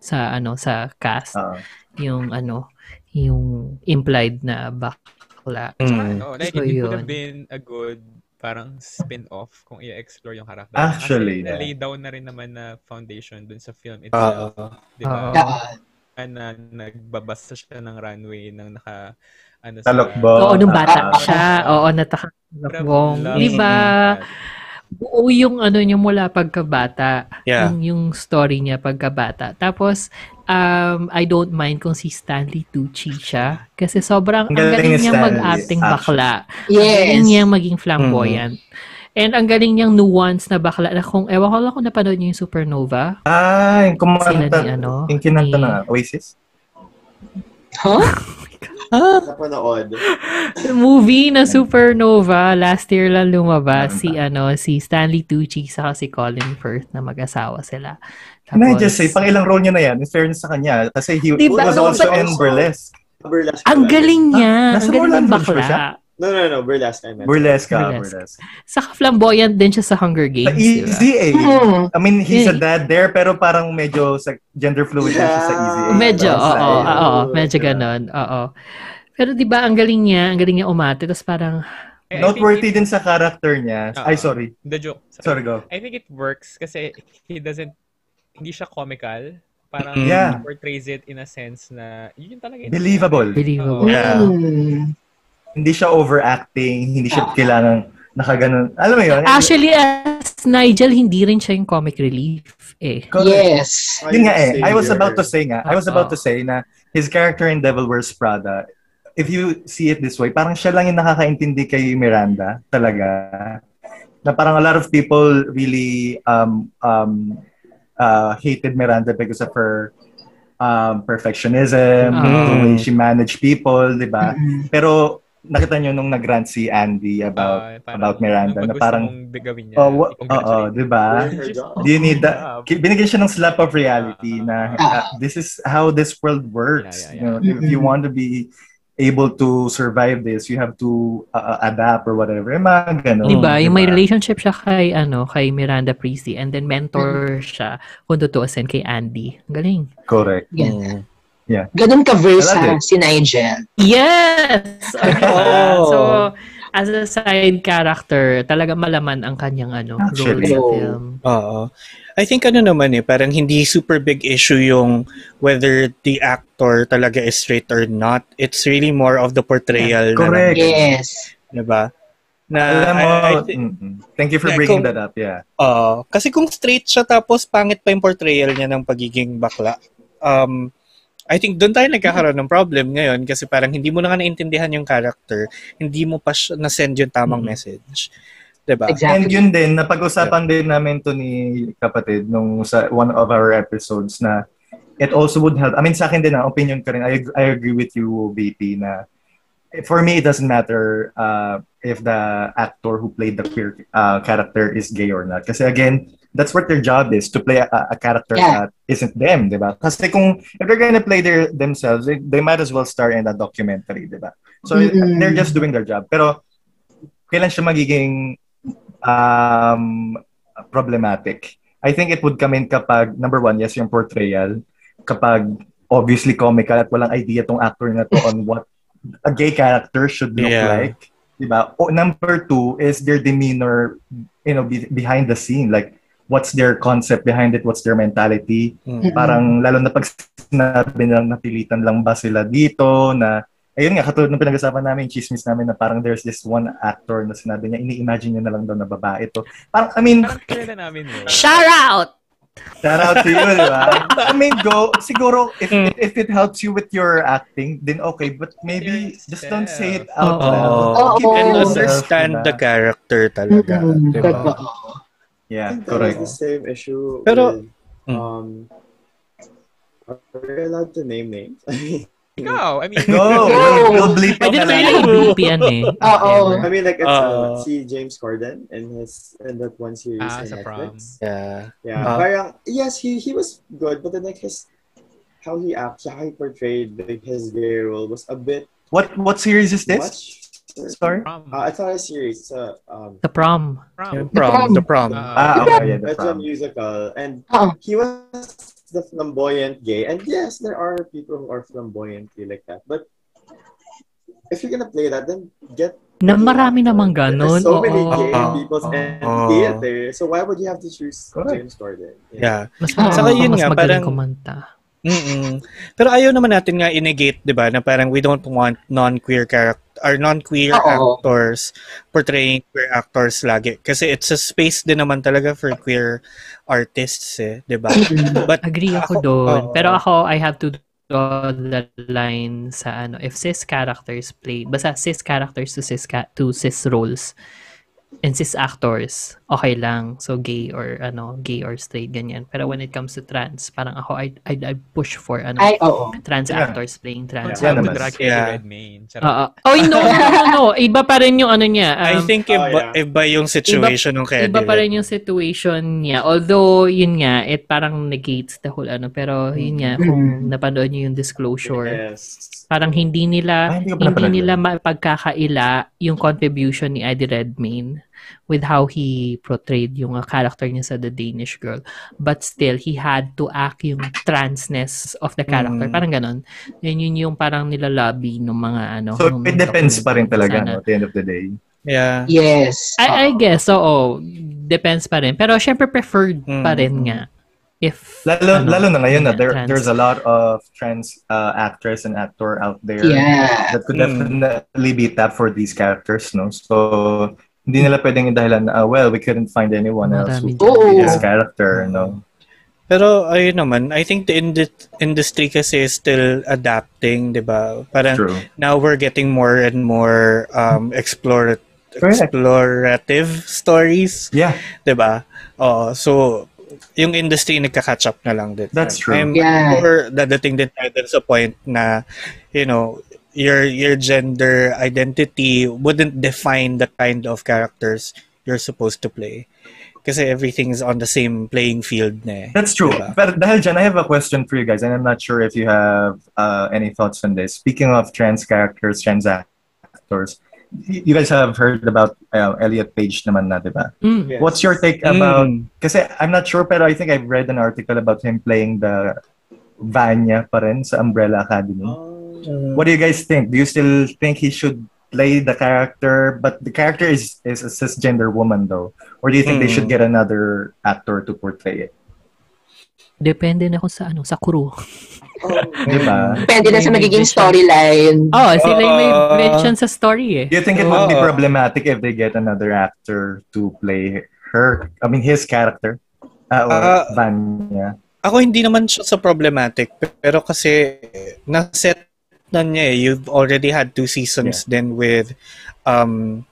D: sa ano sa cast
A: Oo.
D: yung ano yung implied na bakla
H: Mm.
G: No, like,
D: So,
G: it would
D: yun.
G: have been a good parang spin-off kung i-explore yung character.
A: Actually,
G: Kasi
A: yeah.
G: lay down na rin naman na foundation dun sa film
H: Oo.
G: itself. di ba?
D: Oo.
C: Oo.
G: na nagbabasa siya ng runway ng naka ano
A: Talakbong.
D: oo nung bata
A: Ah.
D: siya oo
G: Sobrang
D: natakakabong
G: love
D: di ba
G: that.
D: buo yung ano niya mula pagkabata
H: Yeah.
D: yung yung story niya pagkabata. Tapos um I don't mind kung si Stanley Tucci siya kasi sobrang ang
A: Ang galing
D: galing,
A: ni
D: niya
A: Stanley,
D: mag-acting
A: actually.
D: bakla. Ang
C: Yes.
D: galing niya maging flamboyant.
A: Mm-hmm.
D: And ang galing niyang nuance na bakla na kung ewan ko lang kung napanood niyo yung Supernova.
A: Ah, yung
D: Sila
A: kumanta.
D: ni ano,
A: Yung kinanta
D: ni-
A: na Oasis?
C: Huh?
I: Napanood.
D: The movie na Supernova last year lang lumabas
A: Meron
D: si ano si Stanley Tucci sa si Colin Firth na mag-asawa sila.
A: Can I just say, pang ilang role niya na yan, in fairness sa kanya, kasi he
D: Diba?
A: was also in
I: Also-
A: burlesque.
I: Burlesque.
D: ang galing niya,
A: Ah,
D: ang
A: nasa
D: galing ng
A: Orlando ba
D: bakla.
A: siya?
I: No, no, no. Burlesque, I meant.
A: Burlesque, ah, burlesque.
D: Burlesque. Saka flamboyant din siya sa Hunger
A: Sa E-
D: Games. diba? di ba?
A: Easy A.
C: Hmm.
A: I mean, he's a
D: Eh.
A: dad there, pero parang medyo sa gender fluid na siya sa Easy A.
D: Medyo,
A: Parang
D: oo,
A: sa-
D: oo, oo, medyo
A: Diba?
D: ganon, oo. Pero di ba ang galing niya, ang galing niya umate, tapos parang,
G: Eh, I- I
A: Noteworthy din
G: think
A: sa character niya. Ay,
G: Ah.
A: sorry.
G: it- The joke.
A: Sorry, go.
G: I think it works kasi he doesn't, hindi siya comical. Parang
H: Mm.
A: Yeah.
G: he portrays it in a sense na, yun talaga. yun.
A: Believable.
D: believable.
G: Oo.
H: Yeah.
C: Hmm.
A: Hindi siya overacting, hindi siya kailangan nakaganon. Alam mo yun?
D: Actually, as Nigel, hindi rin siya yung comic relief eh.
A: Correct.
C: Yes.
I: Ay,
A: Yun nga eh,
I: savior.
A: I was about to say nga, I was
D: Oo.
A: about to say na his character in Devil Wears Prada, if you see it this way, parang siya lang yung nakakaintindi kay Miranda talaga. Na parang a lot of people really um, um, uh, hated Miranda because of her um, perfectionism,
D: Oo.
A: the way she managed people, di ba?
C: Hmm.
A: Pero nakita nyo nung nag-rant si Andy about,
G: Ah,
A: about Miranda,
G: ano
A: na
G: ba gusto
A: parang,
G: mong gagawin niya?
A: oh, wa- oo,
G: I-congratulate.
A: di ba?
I: Her job.
A: Do you need that?
G: Job.
A: Ki- Binigyan siya ng slap of reality na
C: Ah.
A: uh, this is how this world works.
G: Yeah, yeah,
A: You know, if you
C: Mhm.
A: want to be able to survive this, you have to uh, uh, adapt or whatever. Yung mga ganun.
D: Di ba? Yung may
A: diba?
D: relationship siya kay, ano, kay Miranda Priestley and then mentor siya kung tutuusin kay Andy. Ang Galing.
A: Correct.
C: Ganun.
H: Hmm.
A: Yeah.
C: Ganun ka
A: Wala
C: versa
A: din.
C: si Nigel.
D: Yes! Okay. Diba?
H: Oh.
D: So, as a side character, talaga malaman ang kanyang ano, role
A: Actually.
D: sa
C: Oh.
D: film.
H: Oo. I think ano naman eh, parang hindi super big issue yung whether the actor talaga is straight or not. It's really more of the portrayal. na
A: Correct.
H: lang,
C: Yes.
H: Diba? Na,
A: Alam mo,
H: I- I thi-
A: mm-mm. thank you for
H: Yeah,
A: bringing
H: kung-
A: that up. Yeah.
H: Oo. Ah, kasi kung straight siya tapos pangit pa yung portrayal niya ng pagiging bakla, um, I think doon tayo nagkakaroon ng problem ngayon kasi parang hindi mo na nga naintindihan yung character, hindi mo pa siya na-send yung tamang
D: Mhm.
H: message. Diba? 'Di ba?
A: And
C: Exactly.
A: yun din, napag-usapan din namin to ni kapatid nung sa one of our episodes na it also would help. I mean, sa akin din, ah, opinion ko rin. I, ag- I agree with you, BP, na for me, it doesn't matter uh, if the actor who played the queer uh, character is gay or not. Kasi again, that's what their job is, to play a, a character
C: Yeah.
A: that isn't them, di ba? Kasi kung if they're gonna play their themselves, they, they might as well star in a documentary, di ba? So
C: Mm-mm.
A: they're just doing their job. Pero kailan siya magiging um, problematic? I think it would come in kapag, number one, yes, yung portrayal. Kapag obviously comical at walang idea tong actor na to on what a gay character should look
H: Yeah.
A: like. Diba? O number two is their demeanor, you know, be- behind the scene. Like, what's their concept behind it? What's their mentality?
H: Mm.
A: parang lalo na pag sinabi nilang napilitan lang ba sila dito na ayun nga katulad ng pinag-usapan namin chismis namin na parang there's this one actor na sinabi niya ini-imagine niya na lang daw na babae to parang I mean
G: Parang kilala namin eh. yun.
D: Shout out!
A: shout out to you di ba I mean go siguro if,
C: Mm.
A: if it helps you with your acting then okay but maybe just don't say it out
D: Oo.
A: loud
C: Oo.
A: Keep it
H: And
A: to yourself,
H: understand
A: diba?
H: the character talaga.
C: Mm-mm.
H: Diba?
C: Mm-hmm. Totoo.
A: yeah
I: I think that was
A: correct
I: the same issue.
H: Pero-
I: with,
H: Mm.
I: um, are we allowed to name names?
G: Ikaw, I mean,
A: go we'll, we'll bleep
D: Pwede
A: it
D: na
A: out.
D: yung BP yan eh.
C: Oo.
I: I mean, like it's
H: Uh,
I: uh, see James Corden in his in that one series
G: Ah,
I: in
G: sa prom.
I: Netflix.
H: Yeah.
I: Yeah,
H: Uh,
I: parang yes, he he was good, but then like his how he acts, how he portrayed like, his gay role was a bit
A: what what series is this
I: much.
A: sorry
G: prom.
I: Uh, it's not a series. It's a um,
D: The prom.
H: The
G: prom.
H: prom. The prom.
A: ah
G: Uh,
A: okay yeah, the
I: it's a
A: prom.
I: musical, and
C: Oo.
I: he was the flamboyant gay, and yes, there are people who are flamboyantly like that, but. If you're gonna play that, then get
D: Na marami namang
I: There's
D: ganun.
I: so many
D: Oo.
I: gay
H: Oo.
I: people in
H: Oo.
I: theater, so why would you have to choose
A: Correct.
I: James Corden?
H: yeah.
D: Mas marami
C: Saka
H: yun
D: mas
H: nga,
D: magaling
H: parang-
D: kumanta.
H: mm Pero ayaw naman natin nga inegate, di ba, na parang we don't want non-queer character or non-queer
C: Oo.
H: actors portraying queer actors lagi. Kasi it's a space din naman talaga for queer artists, eh, di ba?
D: Mm-hmm.
H: But,
D: Agree ako
H: Ako-
D: doon.
H: oo.
D: Pero ako, I have to draw the line sa ano, if cis characters play, basta cis characters to cis, ca- to cis roles and cis actors, okay lang. So gay or ano, gay or straight, ganyan. Pero when it comes to trans, parang ako, I, I, I push for ano,
C: Ay, oo.
D: trans
A: Yeah.
D: actors playing trans.
A: Yeah,
G: Kung
A: naman.
G: drag
H: Yeah.
G: yeah. Red Main. Charot.
D: Oo. oh, no, no, no, no. Iba pa rin yung ano niya.
H: I
D: Um,
H: think
I: Oh,
H: iba,
I: yeah.
H: iba yung situation ng Kennedy. eh.
D: Iba pa rin yung situation niya. Although, yun nga, it parang negates the whole ano. Pero, yun nga,
A: Mm.
D: kung napanood niyo yung disclosure,
I: Yes.
D: parang hindi nila,
A: Ah, hindi ko pa
D: hindi
A: napanood
D: nila
A: yun.
D: mapagkakaila yung contribution ni Eddie Redmayne with how he portrayed yung uh, character niya sa The Danish Girl. But still, he had to act yung transness of the character.
H: Mm.
D: Parang ganon. Yun yun yung parang nilalobby ng mga ano.
A: so
D: nung
A: it depends pa rin talaga
D: sana.
A: no, at the end of the day
H: Yeah.
C: Yes.
D: I, I guess, oo. Depends pa rin. Pero syempre preferred pa
H: Mm,
D: rin
H: mm.
D: nga. If,
A: Lalo,
D: ano,
A: lalo na ngayon na there,
D: trans.
A: there's a lot of trans uh, actress and actor out there
C: Yeah.
A: that could
D: Hmm.
H: Mm.
A: definitely be tapped for these characters, no? So, hindi nila pwedeng dahilan na, ah, well, we couldn't find anyone else who
D: Marami
A: could
C: dyan.
A: be
C: Oo.
A: this character, no?
H: Pero ayun naman, I think the indi- industry kasi is still adapting, di ba? Parang
A: True.
H: now we're getting more and more um, explore-
A: Correct.
H: explorative stories.
A: Yeah,
H: 'di ba? Diba? Oo, so yung industry nagka-catch up na lang din.
A: That's true.
H: I'm
C: Yeah.
H: sure dadating din tayo dun sa point na you know, your your gender identity wouldn't define the kind of characters you're supposed to play. Kasi everything's on the same playing field na eh.
A: That's true.
H: Diba?
A: But dahil dyan, I have a question for you guys, and I'm not sure if you have uh, any thoughts on this. Speaking of trans characters, trans actors, y- you guys have heard about uh, Elliot Page naman na, di ba?
D: Mm.
E: Yes.
A: What's your take about... Kasi I'm not sure, pero I think I've read an article about him playing the Vanya pa rin sa Umbrella Academy. What do you guys think? Do you still think he should play the character? But the character is, is a cisgender woman, though. Or do you think they
H: Mm.
A: should get another actor to portray it?
D: Depende na kung sa ano, sa crew.
I: Oh,
A: Di ba?
C: Depende na sa
D: May
C: magiging
D: mention.
C: storyline.
D: Oh, sila yung may
H: Ah.
D: mention sa story eh.
A: Do you think it would be
H: Oo.
A: problematic if they get another actor to play her? I mean, his character? Uh, or
H: Ah.
A: Vanya?
H: Ako hindi naman siya sa problematic pero kasi na-set na niya eh. You've already had two seasons then with um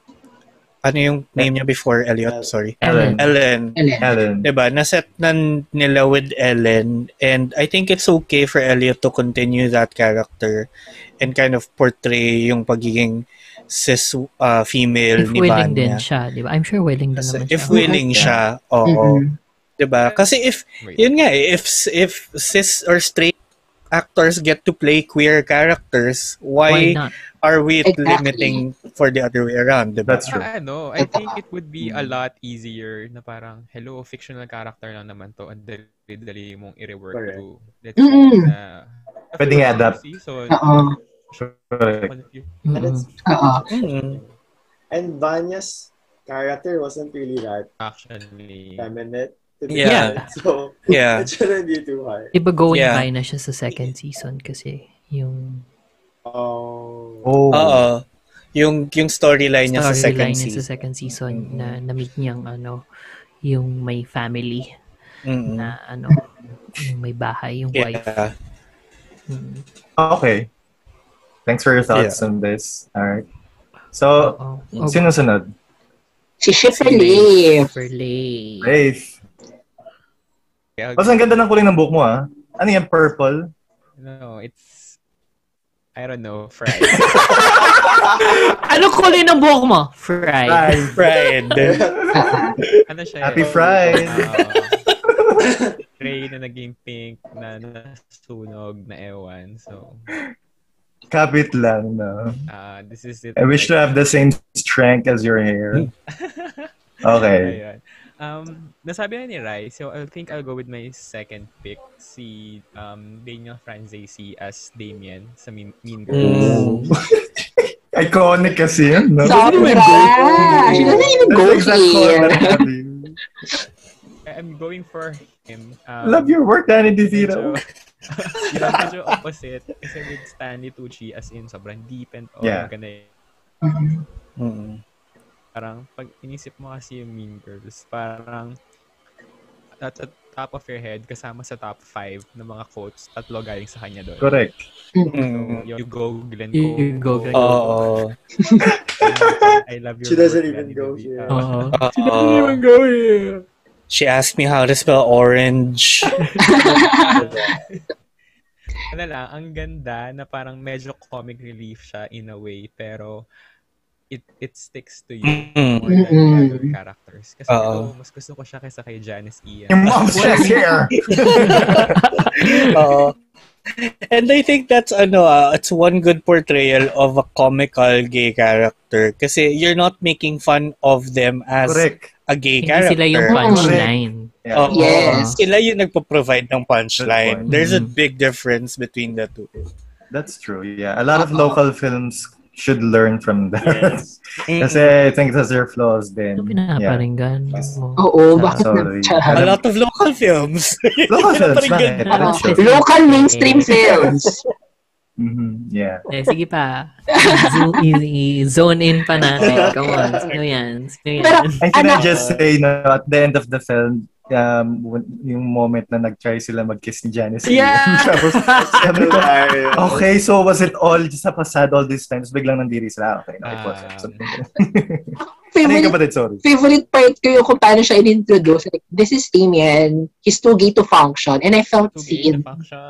H: ano yung name niya before Elliot?
I: El-
H: Sorry.
A: Ellen.
H: Ellen.
C: Ano?
A: Helen.
H: Diba? Naset na nila with Ellen and I think it's okay for Elliot to continue that character and kind of portray yung pagiging cis uh, female
D: If
H: ni
D: willing din
H: Vanya.
D: siya, di ba? I'm sure willing din
H: Kasi
D: naman siya.
H: if willing siya, oo.
C: Mm-mm.
H: 'di ba? Kasi if
G: Wait.
H: yun nga eh, if if cis or straight actors get to play queer characters,
D: Why
H: why,
D: not?
H: are we
C: Exactly.
H: limiting for the other way around, Diba? 'di ba?
A: That's true.
G: Ah, ano, I think it would be a lot easier na parang, hello, fictional character lang naman to, ang dali-dali mong i-rework
I: Correct.
G: to. Let's say
C: Mm-mm.
G: na,
A: Pwedeng i-adapt.
G: Season,
C: Oo.
A: Correct.
I: And, it's,
D: Mm-hmm.
C: Oo.
H: Mm.
I: and Vanya's character wasn't really that
G: actually.
I: feminine. to be
H: Yeah.
I: honest. So,
H: Yeah.
I: it shouldn't be too hard.
D: Di ba going
H: Yeah.
D: high na siya sa second season kasi yung
I: Oh.
A: Oh.
H: Oo. Yung yung storyline niya sa
D: storyline
H: second
D: niya
H: season.
D: sa second season na na-meet niyang ano, yung may family
H: Mm.
D: na ano, yung may bahay, yung wife.
H: Yeah.
D: Mm.
A: Okay. Thanks for your thoughts on this. All right. So,
D: Oo.
A: sino sunod?
C: Si Shipper
H: Si
C: Lee.
D: Overlay.
A: Rafe.
G: Kaya-
A: Tapos ang ganda ng kulay ng buhok mo, ah. Ano yan? Purple?
G: No, it's, I don't know, fried.
D: Ano kulay ng buhok mo? Fried.
A: Ay.
H: Pride.
G: ano siya? eh?
A: Happy fried.
G: Ah, gray na naging pink na nasunog na ewan. So,
A: Kapit lang, no?
G: ah, this is it.
A: I wish to have the same strength as your hair. Okay.
G: Ayun. Um, nasabi na ni Rai, so I think I'll go with my second pick, si um, Daniel Franzese as Damien sa Mean Mean Girls.
H: Mm.
A: Iconic kasi yun, no?
C: Sobra! She doesn't even go
A: That's the Ano exact
C: here.
A: color, Abby.
G: I'm going for him. Um,
A: Love your work, Danny
G: medyo-
A: DeVito.
G: Yun, medyo opposite. Kasi with Stanley Tucci, as in, sobrang deep and all.
A: Yeah.
G: Yeah. Ganun,
H: Mm.
G: parang pag inisip mo kasi yung Mean Girls, parang at the top of your head, kasama sa top 5 ng mga quotes, tatlo galing sa kanya doon.
A: Correct.
H: Mm.
G: You go, Glenn
D: You- you go, Glenn
G: Coe.
H: Oo.
G: I love your
I: She doesn't
G: work,
I: even
G: Danny
I: go
G: DeVito.
I: here.
D: Oo.
H: Oo. She asked me how to spell orange.
G: ano lang, ang ganda na parang medyo comic relief siya in a way, pero it it sticks to you
H: Mm.
G: more than the
C: Mm-mm.
G: other characters. Kasi
H: Oo.
G: ako, mas gusto ko siya kaysa kay Janice
A: Your
G: Ian.
A: mom's just here.
H: Oo. And I think that's ano, ah, it's one good portrayal of a comical gay character kasi you're not making fun of them as
A: Correct.
H: a gay
D: Hindi
H: character.
D: sila yung punchline.
A: Yeah.
H: Oo.
C: Yes.
H: Sila yung nagpo-provide ng
A: Good
H: punchline.
A: point.
H: There's a
D: Mhm.
H: big difference between the two.
A: That's true. Yeah, a lot of local films should learn from that.
I: Yes.
A: Kasi I think that's their flaws
D: Ano
A: then. Yeah.
D: pinaparinggan mo?
C: Oo, bakit
A: Sorry.
C: na
H: a lot of local films.
A: Local films,
H: Parang
A: bakit?
H: ganun.
A: Parang
C: Oo.
A: sure.
C: Local mainstream films.
A: Mhm, Yeah.
D: Eh, sige pa. Zo- i- i- Zone in pa natin. Come on. Sino yan? Sino
C: Pero,
D: yan?
A: And can I
C: Ano-
A: just say no, at the end of the film, um, w- yung moment na nag-try sila mag-kiss ni Janice.
D: Yeah!
A: Tapos, sabi ko,
I: Oh.
A: okay, so was it all just a facade all these times? Biglang nandiri sila. Okay, nakipot.
G: Um,
A: Something. Ano yung
C: favorite,
A: kapatid? Sorry.
C: favorite part ko yung kung paano siya in-introduce. Like, this is Damien. He's too gay to function. And I felt
G: Too gay
C: seen.
G: na function.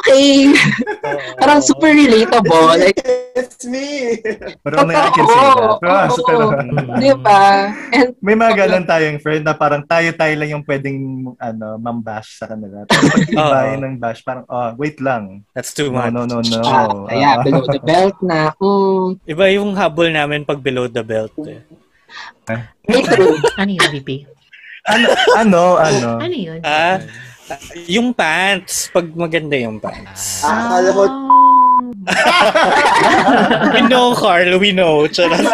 C: Okay. Parang super relatable. Like,
I: It's me!
A: Parang na I can say that.
C: Oo,
A: Ah, so, pero,
D: oo.
C: di ba? And
A: may mga ganun tayong friend na parang tayo-tayo lang yung pwedeng ano, mambash sa kanila. Pero pag iba
H: Oo.
A: yun ng bash, parang, oh, wait lang.
H: That's too
A: No,
H: much.
A: no, no, no.
C: ah, kaya,
A: Ah.
C: below the belt na. Mm,
H: Iba yung habol namin pag below the belt. eh.
C: may true.
D: Ano yun, VP?
A: ano, ano, ano.
D: Ano yun?
H: Ah, yung pants. Pag maganda yung pants.
I: Ah, alam ko,
H: we know, Carl. We know. Charot.
I: ah,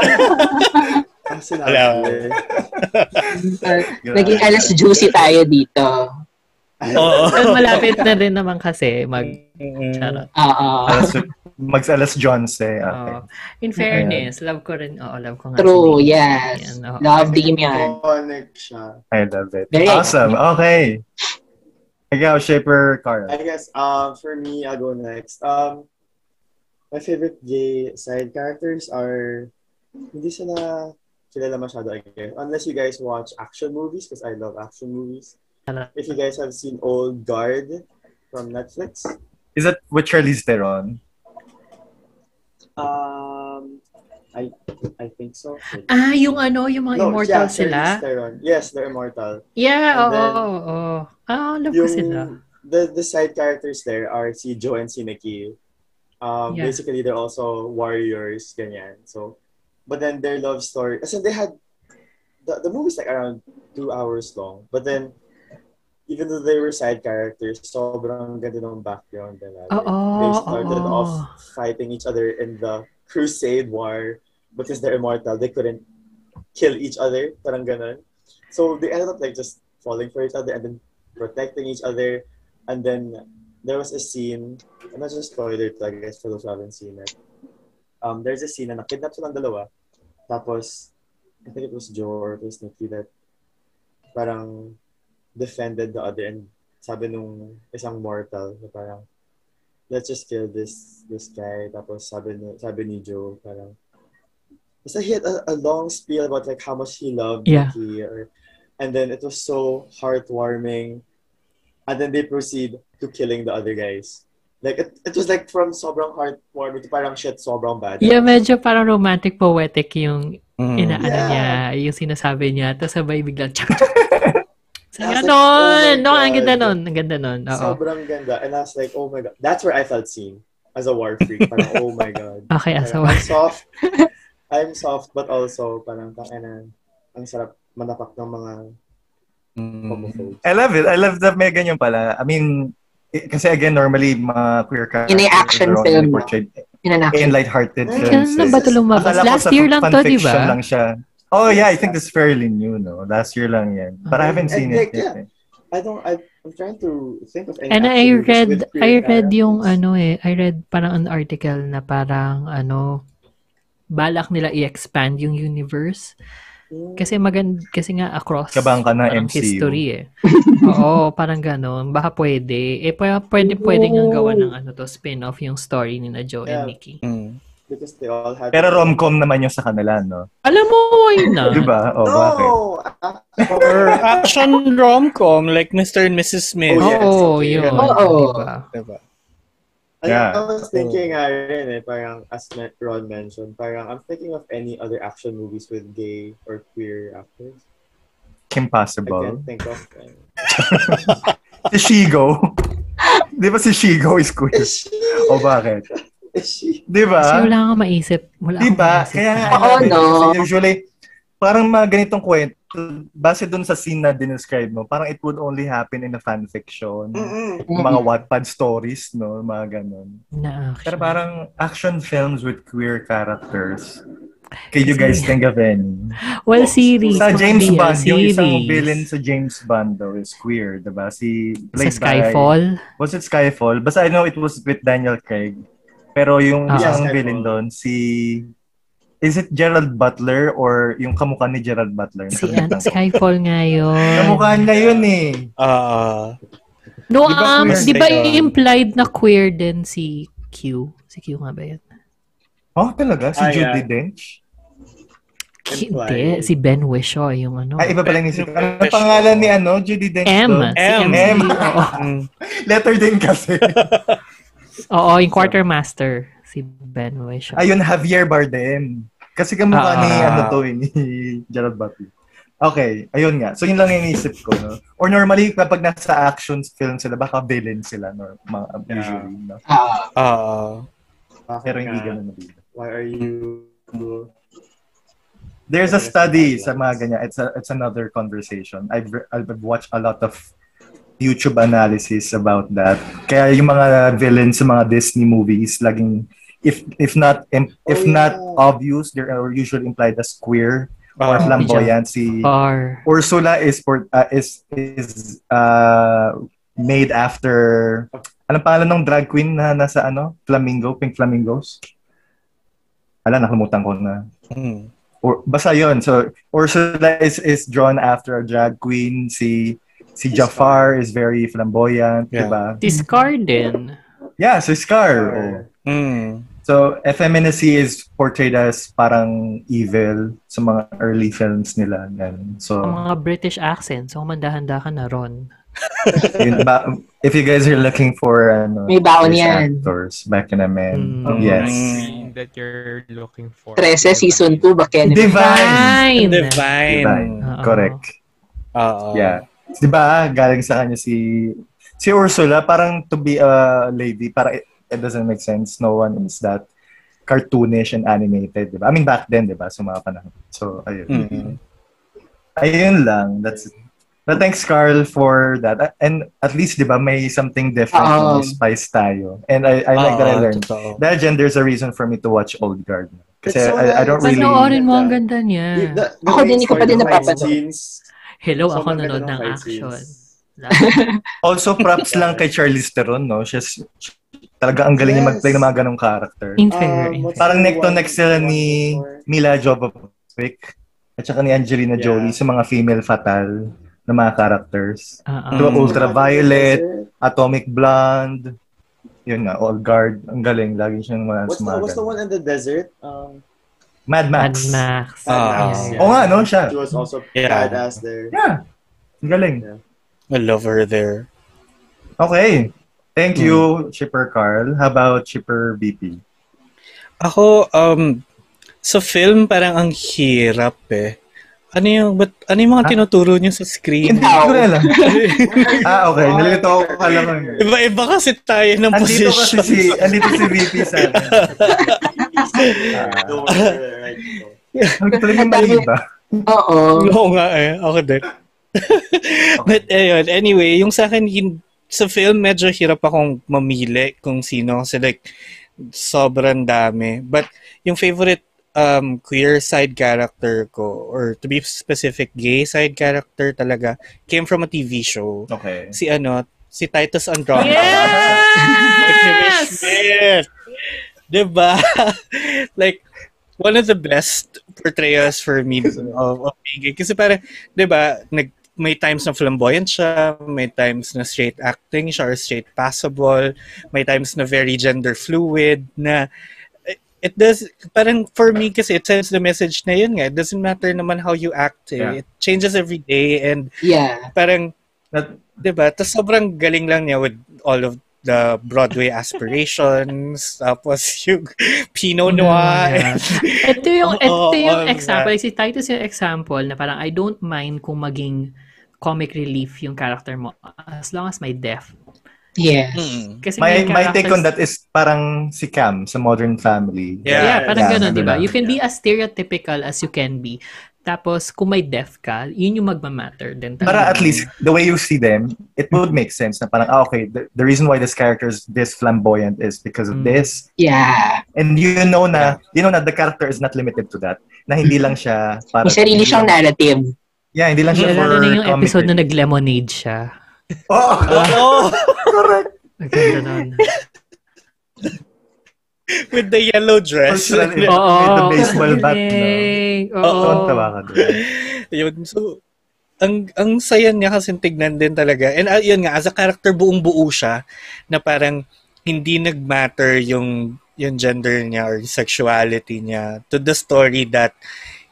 H: Wala.
I: sinabi.
C: Uh, naging alas juicy tayo dito.
H: Oo.
D: Well, malapit na rin naman kasi mag...
H: Mm-hmm.
D: ano. Charot.
C: Oo.
A: Alas, mags alas John's eh.
H: Ah.
A: Okay.
D: Oo. in fairness, love ko rin. Oo, love ko nga. si
C: True,
D: Damien.
C: yes.
D: oo.
C: Love Damien.
I: Iconic siya.
A: I love it.
C: Very
A: awesome. Okay. Ikaw, Shaper Carl.
I: I guess um for me, I'll go next. Um, my favorite gay side characters are hindi sila kilala masyado I guess. Unless you guys watch action movies because I love action movies.
D: Tara.
I: If you guys have seen Old Guard from Netflix,
A: Is that with Charlize Theron?
I: um, I I think so.
D: Ah, yung ano, yung mga immortal
I: yeah, Charlize
D: sila.
I: Theron. Yes, they're immortal.
D: Yeah,
I: And
D: oo,
I: then,
D: oo, oo. Ah, love ko sila.
I: yung the the side characters there are si Joe and si Nikki. Um,
D: Yeah.
I: Basically, they're also warriors, ganyan. So, but then their love story, as in they had, the, the movie's like around two hours long. But then, even though they were side characters, sobrang ganda ng background nila. Like,
D: Oo,
I: they started
D: oo.
I: off fighting each other in the Crusade War because they're immortal. They couldn't kill each other, parang ganun. So they ended up like just falling for each other and then protecting each other. And then there was a scene, and that's just spoiler to, I guess, for those who haven't seen it. Um, there's a scene na nakidnap silang dalawa. Tapos, I think it was Joe or it was Nikki that parang defended the other and sabi nung isang mortal na parang let's just kill this this guy. Tapos sabi ni, sabi ni Joe parang basta he had a, a long spiel about like how much he loved
D: Yeah.
I: Nikki or, and then it was so heartwarming and then they proceed to killing the other guys. Like it, it was like from sobrang heartwarming to parang shit sobrang bad.
D: Yeah, medyo parang romantic poetic yung
H: Mm.
D: inaano
I: Yeah.
D: niya, yung sinasabi niya. Tapos sabay biglang tsak, tsak. Sabi niya, "Nun!
I: That's like,
A: eh,
I: oh my
D: no, ang ganda
I: God."
D: nun, ang ganda nun. Oo.
I: Sobrang ganda. And I was like, oh my god. That's where I felt seen as a war freak. Parang, oh my god.
D: Okay, as a
I: Parang, I'm soft. I'm soft but also parang tanginan. Ang sarap manapak ng mga homophobes.
A: I love it. I love that may ganyan pala. I mean, i- kasi again, normally, mga queer characters
C: Yun ay action
A: are only
C: film, no?
A: portrayed
C: Inanak.
A: in lighthearted
I: Ay,
A: films. eh.
D: Kailan na ano ba ito lumabas?
A: Akala ko
D: Last
A: sa
D: year lang to, diba? di
A: fanfiction
D: ba?
A: lang siya. Oh yeah, I think this is fairly new, no? Last year lang yan. But I haven't seen it
I: Like,
A: yet. eh.
I: yeah. I don't, I, I'm trying to think of any
D: And I
I: action movies
D: read,
I: with queer
D: I read yung
I: characters.
D: ano eh, I read parang an article na parang ano, balak nila i-expand yung universe.
I: Hmm,
D: Kasi magand kasi nga across
A: Kabang ka na
D: parang
A: MCU.
D: history eh. Oo, parang ganun. Baka pwede. Eh, pa- pwede, pwede nga gawa ng ano to, spin-off yung story ni na Joe and
I: Yeah.
D: Nikki.
H: Mm.
I: Because they all had...
A: Pero rom-com naman yung sa kanila, no?
D: Alam mo, why not?
A: Di ba? Oh, bakit?
I: No! Ah,
H: Or action rom-com like Mr. and Mrs. Smith.
I: Oh, yeah.
D: Oo,
I: Yes,
D: yun.
C: Oo.
D: Diba?
H: Diba?
I: I,
A: Yeah.
I: I was thinking nga rin eh, parang as me- Ron mentioned, parang I'm thinking of any other action movies with gay or queer actors. I
A: Impossible.
I: can't think of any.
A: Si Shigo. Di ba si Shigo is queer?
I: Is she?
A: O bakit?
I: Is she?
A: Di
D: Kasi
A: ba?
D: wala nga maisip. Wala
A: Di
D: akong
A: ba?
D: maisip.
A: Diba? Kaya nga,
C: Oo,
A: ano,
C: no?
A: kasi usually, parang mga ganitong kwento, base dun sa scene na dinescribe mo, parang it would only happen in a fan fiction.
I: Mm-mm.
A: Mga Wattpad stories, no? Mga ganun.
D: na action.
A: Pero parang action films with queer characters. Can you guys think of any?
D: well, series.
A: Sa
D: mga
A: James
D: BL
A: Bond, yung isang
D: series.
A: villain sa James Bond daw is queer, diba? Si
D: Sa
A: played
D: Skyfall.
A: By, was it Skyfall? Basta I know it was with Daniel Craig. Pero yung
D: Ah.
A: isang
I: Yeah, Skyfall.
A: villain doon, si... Is it Gerald Butler or yung kamukha ni Gerald Butler?
D: Si ano, Skyfall nga yun.
A: Kamukha niya yun eh.
H: Ah,
D: No,
A: Di ba
D: um,
A: queer
D: di ba
H: siya?
D: implied na queer din si Q? Si Q nga ba yun?
A: Oh, talaga? Si
I: Ah, yeah.
A: Judy Dench?
D: Hindi, si Ben Wishaw yung ano.
A: Ay, Ah, iba pala yung isip. Ano
H: Dench.
A: pangalan ni ano? Judy Dench?
D: M.
A: doon?
D: Si M.
A: M.
D: Oo.
A: Letter din kasi.
D: Oo, yung quartermaster. Si Ben Wishaw.
A: Ayun, Javier Bardem. Kasi kamukha
D: Ah.
A: ni ano to, eh, ni Gerald Butler. Okay, ayun nga. So yun lang yung isip ko. No? Or normally, kapag nasa action film sila, baka villain sila. No? Mga,
I: Yeah.
A: Usually. No?
C: Ah,
H: Ah.
A: Pero hindi ganun na dito.
I: Why are you...
A: There's a study sa mga ganyan. It's a, it's another conversation. I've re- I've watched a lot of YouTube analysis about that. Kaya yung mga villains sa mga Disney movies laging if if not im- if
I: Oh,
A: not
I: yeah.
A: obvious, they are usually implied as queer or
H: Ah.
A: flamboyant. Si
D: Or,
A: Ursula is for uh, is is uh made after Anong pangalan ng drag queen na nasa ano? Flamingo, Pink Flamingos. Ala, nakalimutan ko na
H: Mm.
A: or basta yon so Ursula is is drawn after a drag queen si si Jafar is very flamboyant
H: Yeah.
A: diba
D: discardin.
A: yeah so Scar oh.
H: Mm.
A: so effeminacy is portrayed as parang evil sa mga early films nila ganun. so
D: Ang mga British accents. So, mandahanda ka na ron.
A: yun ba- if you guys are looking for ano
C: May baon
A: these
C: yan.
A: actors back in a man
D: Mm.
A: yes
H: Mm.
G: That you're looking for.
C: 13 season 2 ba Ken?
A: divine
D: Fine!
H: Divine. Ah,
A: divine
D: Oo.
A: correct
H: Oo.
A: Yeah. 'Di ba? Galing sa kanya si si Ursula parang to be a lady para it, it doesn't make sense. No one is that cartoonish and animated, 'di ba? I mean back then, 'di ba? Sa mga panahon. So ayun.
H: Mm.
A: Ayun lang. That's it. But thanks Carl for that. And at least 'di ba may something different
C: Oo.
A: um, spice tayo. And I I like that I
H: Oo,
A: learned.
H: Ah, totoo.
A: Dahil Jen, there's a reason for me to watch Old Guard. Kasi
I: It's so
A: I, I don't
I: nice.
A: really...
D: Panoorin mo, ang ganda niya.
C: Ako din, hindi ko pa din napapanood.
D: Hello, Oh, ako nanood ng action.
A: Also, props lang kay Charlize Theron, no? She's, talaga ang galing niya
I: Yes.
A: mag-play ng mga ganong character.
I: Um,
D: In fair, in fair.
A: Parang neck to neck sila ni Mila Jovovich at saka ni Angelina
I: Yeah.
A: Jolie sa mga female fatal na mga characters.
D: Oo.
A: Diba,
H: Mm.
A: Ultraviolet, Atomic Blonde, yun nga, Old Guard. Ang galing. Lagi siyang mga
I: What's the,
A: sumaga.
I: what's the one in the desert? Um,
A: Mad Max.
D: Mad Max.
H: Ah.
I: Max,
A: Oo nga, no? Siya.
I: She was also
H: Yeah.
I: badass there.
A: Yeah. Ang galing.
H: I love her there.
A: Okay. Thank
I: Hmm.
A: you, Shipper Carl. How about Shipper BP?
H: Ako, um, sa film, parang ang hirap eh. Ano yung, but, ano yung mga
A: Ah.
H: tinuturo niyo sa
A: Hindi
H: screen?
A: ko na alam. ah, okay. Nalilito ako alam mo.
H: Iba-iba kasi tayo ng
A: Andito kasi
H: position.
A: si, andito si BP sa akin.
I: Don't worry, right? So,
A: Ang tuloy ng maliba.
C: Oo.
H: Oo nga eh. Ako din. But ayun, anyway, yung sa akin, hin- sa film, medyo hirap akong mamili kung sino. Kasi like, sobrang dami. But yung favorite um, queer side character ko, or to be specific, gay side character talaga, came from a TV show.
A: Okay.
H: Si ano, si Titus Andromeda.
D: Yes!
H: Yes! Diba? like, one of the best portrayals for me of, of being gay. Kasi parang, diba, nag, may times na flamboyant siya, may times na straight acting siya or straight passable, may times na very gender fluid na it does parang for me kasi it sends the message na yun nga it doesn't matter naman how you act eh.
A: Yeah.
H: it changes every day and
C: Yeah.
H: parang
A: That-
H: 'di ba? Tapos sobrang galing lang niya with all of the Broadway aspirations, tapos yung Pinot Noir.
D: Yeah. Ito yung,
H: Oo,
D: ito yung
H: all of
D: example. Like, si Titus yung example na parang I don't mind kung maging comic relief yung character mo as long as may death.
C: Yes.
A: Hmm.
H: Mm.
D: Kasi
A: My,
D: may
A: my take on
D: characters-
A: that is parang si Cam sa Modern Family.
H: Yeah,
D: Yeah, parang
A: yeah,
D: ganun,
A: ano
D: di ba?
A: lang.
D: You can be as stereotypical as you can be. Tapos, kung may death ka, yun yung magmamatter din. talaga.
A: Para at least, the way you see them, it would make sense na parang, ah, okay, the, the reason why this character is this flamboyant is because of
D: Mm.
A: this.
C: Yeah.
A: And you know na, you know na the character is not limited to that. Na hindi lang siya para...
C: May sarili
A: hindi
C: siyang
A: lang-
C: narrative.
A: Yeah, hindi lang siya
D: Naalala
A: for
D: na yung
A: comic
D: episode na
A: relief. Oh,
D: nag-lemonade siya. Ah.
A: Oo!
H: Oo,
D: Ang ganda nun.
H: with the yellow dress.
A: Cultural
H: Yun.
A: event.
D: Oo.
A: With the baseball bat, no?
D: Galing. Oo. Mm.
A: Tontawa ka diba? doon.
H: Yun. So, ang ang saya niya kasi tignan din talaga. And ah, ayun nga, as a character, buong-buo siya na parang hindi nagmatter yung yung gender niya or sexuality niya to the story that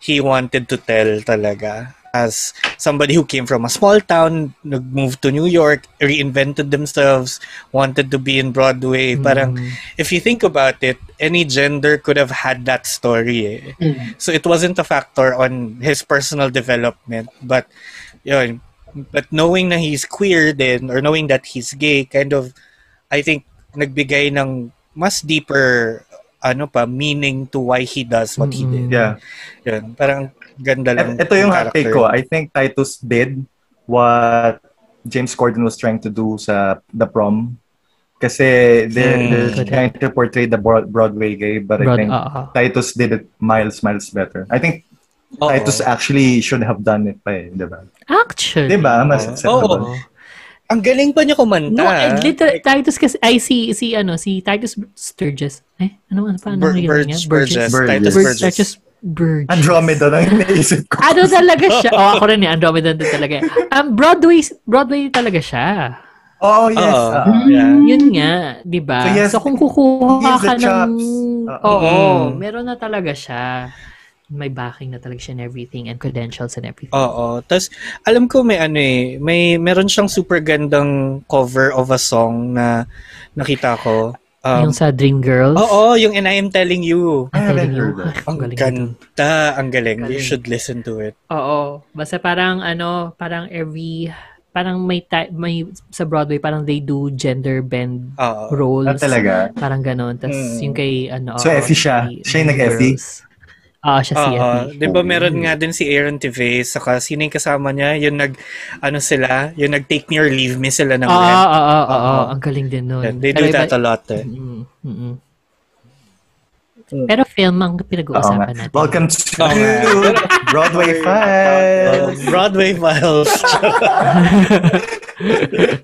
H: he wanted to tell talaga. As somebody who came from a small town, nag-move to New York, reinvented themselves, wanted to be in Broadway.
D: Hmm.
H: Parang, if you think about it, any gender could have had that story. eh.
D: Mm.
H: So it wasn't a factor on his personal development. But, yun, but knowing na he's queer then, or knowing that he's gay, kind of, I think, nagbigay ng mas deeper ano pa, meaning to why he does what he did.
D: Mm-mm.
A: Yeah.
H: Yun, parang ganda lang.
A: Et- Ito yung hot take
H: character.
A: ko. ah. I think Titus did what James Corden was trying to do sa The Prom. Kasi they're,
H: Hmm.
A: they're trying to portray the broad, Broadway gay, but I
D: Broad, ah.
A: think
D: oo.
A: Titus did it miles, miles better. I think
H: Oo.
A: Titus actually should have done it pa eh, di ba?
D: Actually.
A: Di ba? Mas
H: Oo.
A: acceptable.
H: Oo. Ang galing pa niya kumanta. ah.
D: No,
A: Ah.
D: I, literal, Titus kasi, ay, si, si, ano, si Titus Sturges. Eh, ano, ano, paano
H: Bur-
D: yung
H: Burge,
D: niya?
H: Burgess.
A: Burgess.
H: Titus
D: Burge,
H: Burgess.
D: Titus Burgess.
A: Andromeda lang yung naisip ko.
D: Ano talaga siya? Oh, ako rin eh. Andromeda din talaga. Um, Broadway, Broadway talaga siya.
A: Oh, yes.
H: Oo.
A: ah.
H: Yeah.
D: Yun nga, di ba?
A: So,
D: So,
A: yes,
D: kung kukuha
A: gives the
D: ka ng...
A: chops. Uh-huh. Hmm.
D: Oo,
A: Oo.
H: Mm.
D: meron na talaga siya. May backing na talaga siya and everything and credentials and everything.
H: Oo. Tapos, alam ko may ano eh, may, meron siyang super gandang cover of a song na nakita ko. Um,
D: yung sa Dream Girls.
H: Oo, yung And I Am Telling You.
A: I
D: Ang
A: haven't
D: galing
A: heard
D: yun.
A: that.
D: Ang
H: Ang
D: galing nito.
H: ganda. Ang galing. You
D: Galing.
H: should listen to it.
D: Oo. Basta parang ano, parang every parang may ti- may sa Broadway parang they do gender bend
H: Oo.
D: roles.
A: Ah, talaga?
D: Parang ganon. Tapos
H: Mm.
D: yung kay ano.
A: So,
D: oo,
A: Effie siya.
D: si
A: Siya yung
D: Dream
A: nag-Effie?
D: Girls. Oo, siya si
H: Oo.
D: Effie.
H: Di ba meron nga din si Aaron Tveit, saka sino yung kasama niya, yung nag, ano sila, yung nag-take me or leave me sila ng
D: Oo,
H: rent.
D: oo, oo, Ah, oo.
H: Oo.
D: ah, Ang galing din nun.
H: They do that a lot eh.
D: Mm, mm, mm. Pero film ang
A: Oo nga.
D: pinag-uusapan natin.
A: Welcome to
H: Oo nga.
A: Broadway 5.
H: Um, Broadway Files.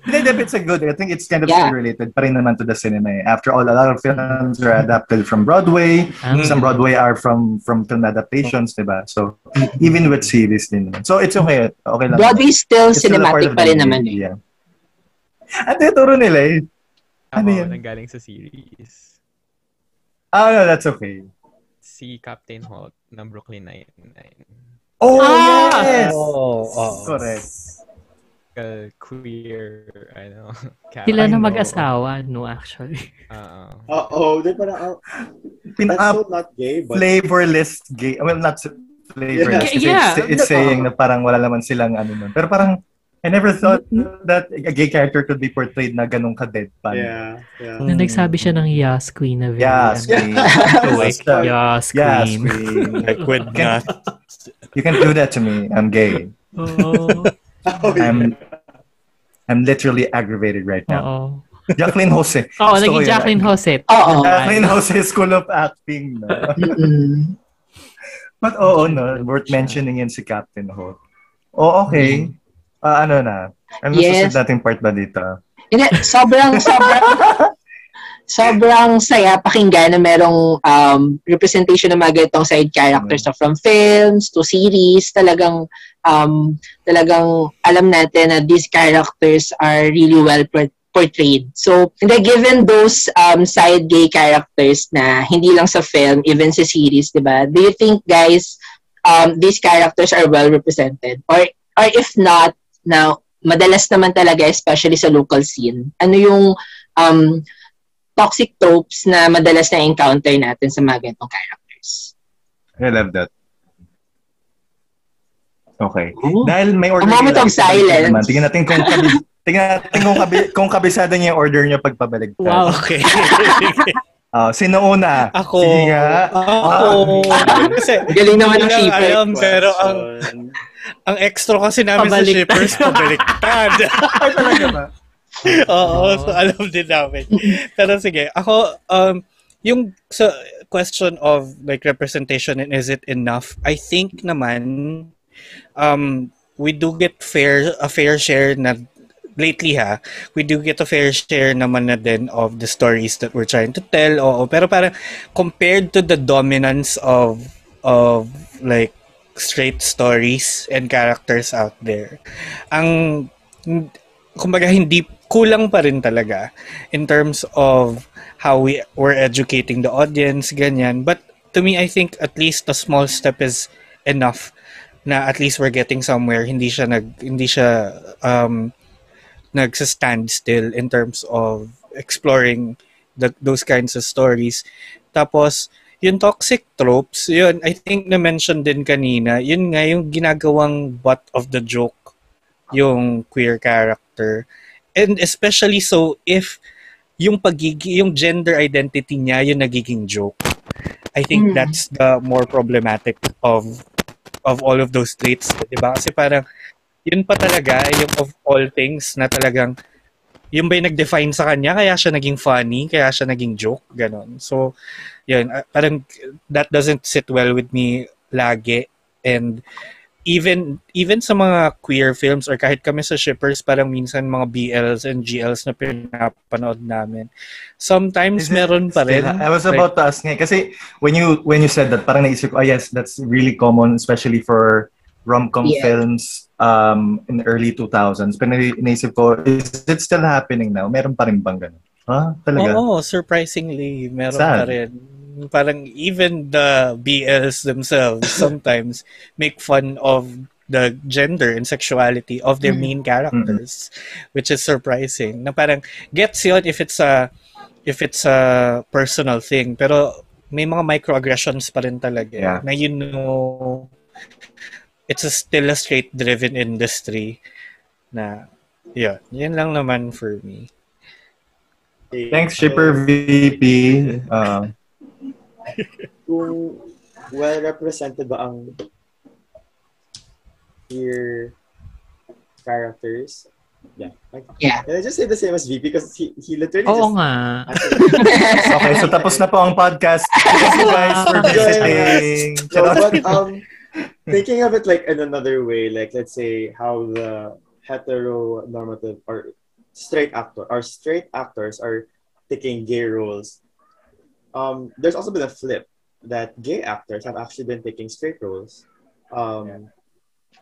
A: Hindi, hindi, it's a good. I think it's kind of
C: Yeah.
A: still related pa rin naman to the cinema. eh. After all, a lot of films are adapted from Broadway.
D: Ah.
A: Some Broadway are from from film adaptations, di ba? So, even with series din. naman. So, it's okay. Okay lang.
C: Mm-hmm. Broadway still
A: It's still a part
C: cinematic
A: of
C: pa
A: the
C: rin naman eh.
A: movie, Yeah. At tinuturo nila eh. Ano
G: Tama
A: yun?
G: ko, nanggaling sa series.
A: Ah, no, that's okay.
G: Si Captain Holt ng Brooklyn Nine-Nine.
A: Oh,
D: Ah!
A: yes!
H: Oo, oo.
A: Correct.
G: Uh, queer, ano,
D: Sila
A: Ay,
D: na
A: no.
D: mag-asawa, no, actually.
G: Oo.
I: Uh-oh, di parang, oh, that's
A: Pinaka
I: so not gay, but
A: flavorless gay. Well, not so flavorless.
D: Yeah.
A: kasi
D: Yeah.
A: It's, it's saying na parang wala naman silang ano nun. Pero parang, I never thought
D: Mm-hmm.
A: that a gay character could be portrayed na ganun ka-deadpan.
I: yeah, yeah.
D: Nung nagsabi siya ng Yas Queen na very,
A: Yeah,
D: ano,
A: scream.
H: Awake.
D: Yas
A: Yeah,
D: Queen.
A: scream.
H: Liquid na.
A: You can do that to me. I'm gay.
D: Oo.
I: Oh, yeah.
A: I'm I'm literally aggravated right now.
D: Oo.
A: Jacqueline Jose. Gusto ko
D: Oo, Oh, naging
A: yun.
D: Jacqueline Hoset.
C: Oo.
A: Jacqueline Jose School of Acting. No?
C: Mm-mm.
A: But oo, no, worth mentioning yun si Captain Hook. Oh,
H: Mm.
A: okay. Ah, ano na? Ano
C: Yes.
A: susunod nating part ba dito?
C: Hindi, sobrang, sobrang, sobrang saya pakinggan na merong um, representation ng mga ganitong side characters na from films to series. Talagang, um, talagang alam natin na these characters are really well por- portrayed. So, hindi, given those um, side gay characters na hindi lang sa film, even sa series, di ba? Do you think, guys, um, these characters are well represented? Or, or if not, now, madalas naman talaga, especially sa local scene, ano yung um, toxic tropes na madalas na encounter natin sa mga ganitong characters.
A: I love that. Okay.
C: Oh.
A: Dahil may
C: A
A: order
C: moment of
A: nila, ito,
C: silence.
A: naman. Tingnan natin kung kabi, tingnan natin kung kabi, kung kabisado niya yung order niya pagpabalik.
D: Wow.
H: Okay.
A: sino una?
H: Ako.
A: Sige nga. Ah.
H: Ako. Kasi,
C: Galing naman ng
H: Wala
C: shipper.
H: alam, pero ang
I: Question.
H: ang extra kasi namin
D: Pabaliktad.
H: sa shippers, pabaliktad.
A: Ay, talaga ba?
H: Oo, so alam din namin. Pero sige, ako, um, yung sa question of like representation and is it enough, I think naman, um, we do get fair a fair share na lately ha, we do get a fair share naman na din of the stories that we're trying to tell. Oo, pero parang compared to the dominance of of like straight stories and characters out there, ang kumbaga hindi kulang pa rin talaga in terms of how we were educating the audience, ganyan. But to me, I think at least a small step is enough na at least we're getting somewhere. Hindi siya nag hindi siya um nagsa-stand still in terms of exploring the, those kinds of stories. Tapos, yung toxic tropes, yun, I think na-mention din kanina, yun nga yung ginagawang butt of the joke, yung queer character. And especially so if yung pagigi yung gender identity niya yung nagiging joke. I
C: Mm.
H: think that's the more problematic of of all of those traits, 'di ba? Kasi parang yun pa talaga eh, yung of all things na talagang yun ba yung nag-define sa kanya kaya siya naging funny, kaya siya naging joke, ganon. So, yun, ah, parang that doesn't sit well with me lagi and even even sa mga queer films or kahit kami sa shippers parang minsan mga BLs and GLs na pinapanood namin sometimes
A: Is it
H: meron pa rin
A: Still, I was
H: Like-
A: about to ask nga eh, kasi when you when you said that parang naisip ko oh yes that's really common especially for rom-com
C: Yeah.
A: films um in the early 2000s pero nai- naisip ko is it still happening now meron pa rin bang ganun ha talaga
H: Oo, surprisingly, meron
A: Sad.
H: pa rin. Parang even the BLs themselves sometimes make fun of the gender and sexuality of their
A: Mm.
H: main characters,
A: Mm-hmm.
H: which is surprising. Na parang gets yun if it's a if it's a personal thing, pero may mga microaggressions pa rin talaga
A: Yeah.
H: na you know it's a, still a straight driven industry na yun, yun lang naman for me.
A: thanks shipper VP uh,
I: kung well represented ba ang queer characters? Yeah. Like,
C: Yeah.
I: Can I just say the same as VP because he, he literally
D: Oo
I: just
D: nga.
A: okay so tapos na po ang podcast thank you guys for visiting
I: No, but um, thinking of it like in another way, like let's say how the heteronormative or straight actor or straight actors are taking gay roles. Um, there's also been a flip that gay actors have actually been taking straight roles. Um,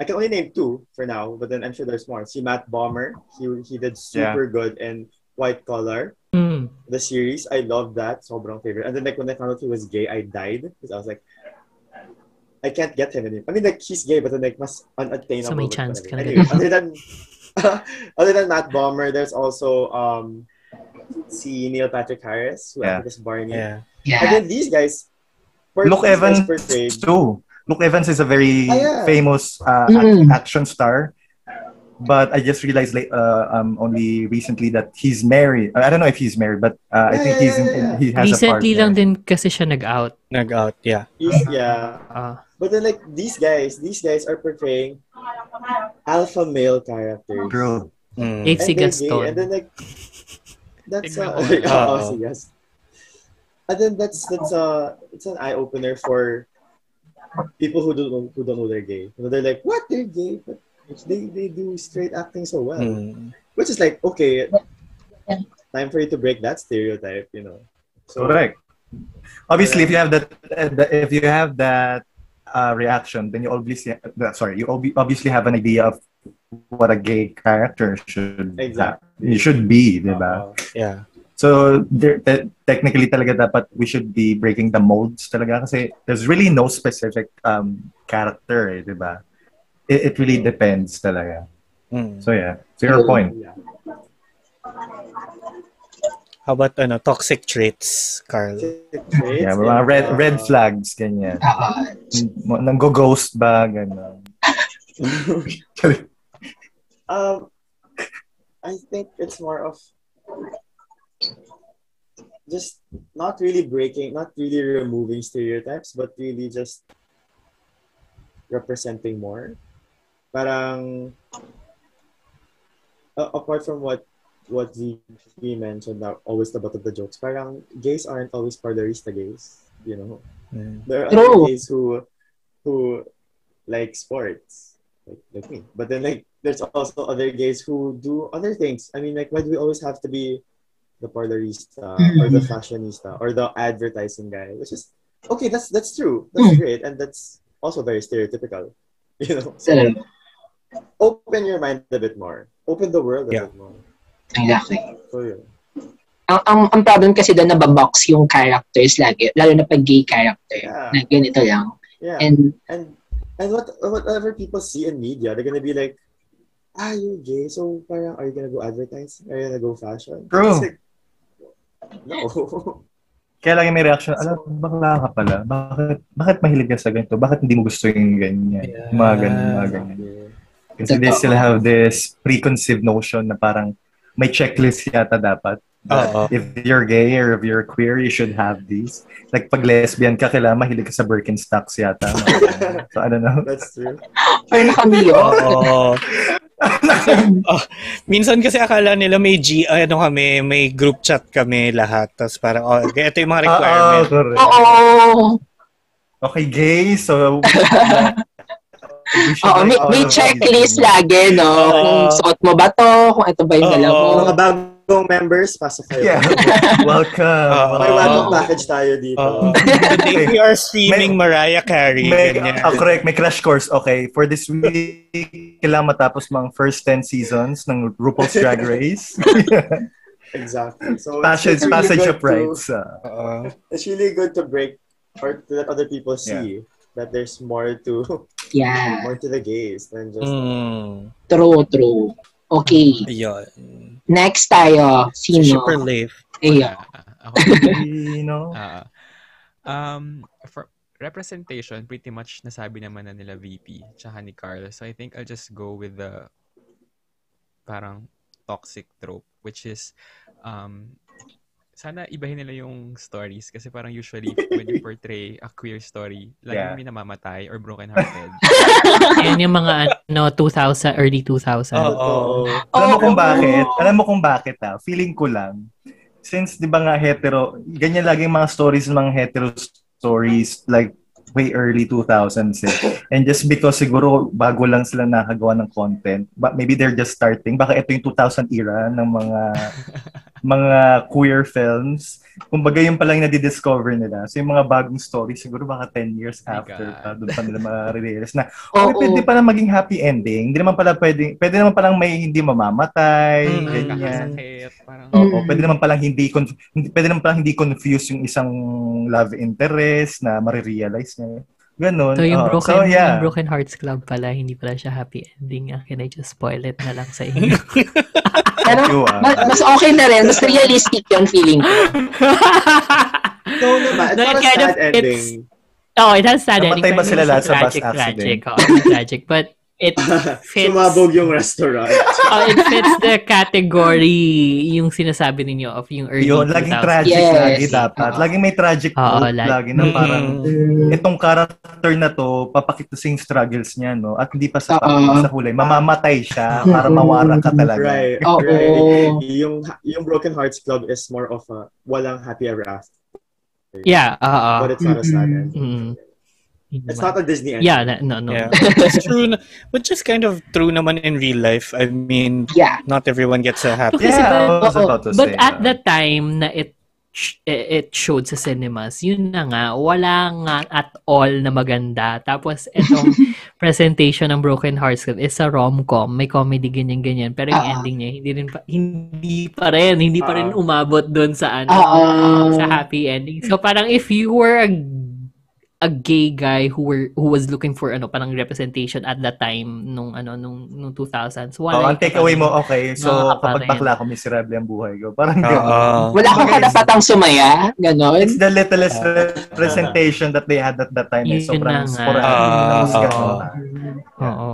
I: I can only name two for now, but then I'm sure there's more. See Matt Bomber, he he did super good in White Collar
D: Mm.
I: the series. I love that. Sobrang favorite. And then like when I found out he was gay, I died. Because I was like, I can't get him anymore. I mean like he's gay, but then like mas unattainable.
D: So may
I: with
D: chance ka
I: whatever.
D: na
I: Anyway, other than other than Matt Bomber, there's also um si Neil Patrick Harris, who
A: Yeah.
I: acted as Barney.
H: Yeah.
I: And
C: Yeah.
I: then these guys
A: Luke
I: these guys
A: Evans
I: portrayed-
A: too. Luke Evans is a very
I: Ah, yeah.
A: famous uh, ac-
C: Mm.
A: action star. But I just realized late, uh, um, only recently that he's married. I don't know if he's married, but uh, I
I: Yeah,
A: think
I: yeah,
A: he's in,
I: yeah, yeah.
A: he has
D: Recently
A: a
D: lang
A: partner.
D: din kasi siya nag-out.
H: Nag-out, yeah.
I: He's- yeah.
D: Ah.
I: But then like these guys, these guys are portraying alpha male characters.
A: True.
H: Mm.
D: Dave si
I: And they're gay, And
D: Gaston.
I: then like that's
G: Tignan
I: uh,
G: ko lang.
I: oh,
H: Oo.
I: si Gaston. And then that's that's uh it's an eye opener for people who don't who don't know they're gay. You know, they're like, what they're gay, but they, they do straight acting so well.
A: Hmm.
H: Mm.
I: Which is like, okay, time for you to break that stereotype, you know. So
A: Correct. Obviously, if you have that, uh, the- if you have that uh, reaction, then you obviously, uh, sorry, you ob- obviously have an idea of what a gay character should
I: Exactly. Uh-huh.
A: you should be, di ba?
I: Oo.
H: Yeah.
A: So there, te- technically talaga dapat we should be breaking the molds talaga kasi there's really no specific um, character eh, di ba? It, it really depends talaga.
H: Mm.
A: So yeah, to your point.
I: Yeah.
H: How about ano, toxic traits, Carl?
I: Traits
A: Yeah,
I: and,
A: mga red,
I: uh,
A: red flags, ganyan.
C: Oo.
A: Mo- Nanggo-ghost ba, gano'n.
I: Um, I think it's more of just not really breaking, not really removing stereotypes, but really just representing more. Parang a- apart from what what we mentioned that always the butt of the jokes, parang gays aren't always parlorista gays, you know.
H: Mm.
I: There are
C: True.
I: other gays who who like sports, like, like me. But then like there's also other gays who do other things. I mean, like why do we always have to be the parlorista or
C: Mm-hmm.
I: the fashionista or the advertising guy? Which is okay. That's that's true. That's
C: Mm.
I: great, and that's also very stereotypical. You know, so
C: Talaga.
I: open your mind a bit more. Open the world a
H: Yeah.
I: bit more.
C: Exactly.
I: So, yun.
C: Ang, ang, ang problem kasi doon, nababox yung characters lagi, lalo na pag gay character,
I: Yeah.
C: na ganito lang.
I: Yeah.
C: And
I: and and what whatever people see in media, they're gonna be like, ah, you're gay, so parang are you gonna go advertise? Are you gonna go fashion?
A: True.
I: It's like, no.
A: Kaya lagi may reaction, alam, bakla ka pala. Bakit, bakit mahilig ka sa ganito? Bakit hindi mo gusto yung ganyan? Mga ganun, mga ganyan. Kasi they still have this preconceived notion na parang may checklist yata dapat. That
H: Oo.
A: If you're gay or if you're queer, you should have these. Like pag lesbian ka, kailangan mahilig ka sa Birkenstocks yata. so I don't know.
I: That's true.
C: or nakamiyo.
H: Oo. Ah, Oh. minsan kasi akala nila may G, ano kami, may group chat kami lahat. Tapos parang, oh, okay, ito yung mga
A: Ah, ah,
H: requirement.
A: correct.
C: Oo.
A: Okay, gay, so... we should
C: Oo, may,
A: like all
C: may
A: of
C: checklist
A: these.
C: lagi, no? kung suot mo ba to, kung ito ba yung
H: Oo.
C: dala mo.
I: Mga bagong members, pasok kayo.
A: Yeah. Welcome.
H: Oo.
I: May bagong
H: Oo.
I: package tayo dito.
A: uh,
H: Oo. Today we Oh. are streaming Mariah Carey.
A: May,
H: ganyan.
A: ah, correct, may crash course. Okay, for this week, kailangan matapos mga first 10 seasons ng RuPaul's Drag Race.
I: Exactly. So it's-
A: passage,
I: it's really
A: passage
I: good
A: of rights.
I: To,
A: ah.
H: Oo.
I: it's really good to break or to let other people see that there's more to
C: Yeah.
I: more to the gays than just
H: Mm,
C: True, true. Okay.
H: ayun.
C: Next tayo.
H: Si
C: Sino?
H: Shipper Leif.
C: Ayun.
G: Ah, ako.
A: you know?
G: Ah. um, for representation, pretty much nasabi naman na nila VP tsaka ni Carl. So I think I'll just go with the parang toxic trope which is um sana ibahin nila yung stories kasi parang usually when you portray a queer story,
A: Yeah.
G: laging may namamatay or broken hearted.
D: Yan yung mga ano, 2000, early 2000.
H: Oo.
I: Totoo.
A: Alam mo
C: Oo.
A: kung bakit? Alam mo kung bakit ah? Feeling ko lang, since di ba nga hetero, ganyan lagi yung mga stories ng mga hetero stories like way early 2000s eh. And just because siguro bago lang sila nakagawa ng content, but maybe they're just starting. Baka ito yung 2000 era ng mga mga queer films. Kumbaga yung palang nadidiscover nila. So yung mga bagong stories, siguro baka 10 years
G: My
A: after
G: God.
A: pa, doon pa nila ma-release na
C: Oo.
A: Uy, pwede pala maging happy ending. Hindi naman pala pwede, pwede naman palang may hindi mamamatay,
H: Mm.
A: ganyan.
G: Nakakasakit, parang
C: Mm.
A: Oo, pwede naman palang hindi, conf- hindi pwede naman palang hindi confused yung isang love interest na marirealize niya. Ganon.
D: So, yung
A: Oo.
D: broken,
A: so, yeah.
D: yung broken Hearts Club pala, hindi pala siya happy ending. Ah, can I just spoil it na lang sa inyo?
C: Pero
A: You, ah.
C: ma- mas okay na rin. Mas realistic yung feeling ko.
I: No, naman. It's
D: No,
I: not
D: it
I: a
D: kind of
I: sad
D: fits-
I: ending.
D: oh, it has sad ending.
A: Namatay ba
D: but
A: sila
D: it's
A: lahat sa bus
D: tragic,
A: accident?
D: Tragic, oh, it's tragic. But it fits,
I: Sumabog yung restaurant.
D: oh, it fits the category yung sinasabi ninyo of yung early
A: Yun, laging
D: 2000s.
A: tragic
C: Yes.
A: lagi dapat.
D: Oo.
A: Laging may tragic
D: Oo,
A: plot,
D: lag-
A: lagi na parang
C: Mm.
A: itong character na to, papakita sa yung struggles niya, no? At hindi pa sa,
C: Oo.
A: sa huli. Mamamatay siya para mawara ka talaga.
I: right,
C: Oo.
I: right. Yung, yung Broken Hearts Club is more of a walang happy ever after.
D: Yeah, oo.
I: But it's not a sad
C: Mm.
I: ending.
D: Mm. Yun
I: It's
D: naman.
I: not a Disney ending.
D: Yeah, na- no, no.
H: Yeah. It's true. Na, which is kind of true naman in real life. I mean,
C: Yeah.
H: not everyone gets a happy.
D: Kasi
A: Yeah,
D: ba-
A: I was
D: oo,
A: about to
D: But
A: say
D: at the
A: that.
D: time na it sh- eh, it showed sa cinemas, yun na nga, wala nga at all na maganda. Tapos, itong presentation ng Broken Hearts Club is a rom-com. May comedy ganyan-ganyan. Pero yung
C: Ah.
D: ending niya, hindi, rin pa, hindi pa rin. Hindi pa rin
I: Ah.
D: umabot doon sa ano,
C: Oo.
D: sa happy ending. So, parang if you were a a gay guy who were who was looking for ano parang representation at that time nung ano nung nung 2000s
A: Oh, ang
D: wala
A: takeaway mo, okay, so
D: Nakaka pa
A: kapag
D: rin.
A: bakla ako, miserable ang buhay ko. Parang ganun.
H: Oo.
C: Wala akong karapatang sumaya. Ganon.
A: It's the littlest representation that they had at that time. Eh.
D: Yun na
A: Sobrang
D: nga.
A: sporadic.
H: Ah,
A: Tapos
H: oo.
A: ganun.
D: oo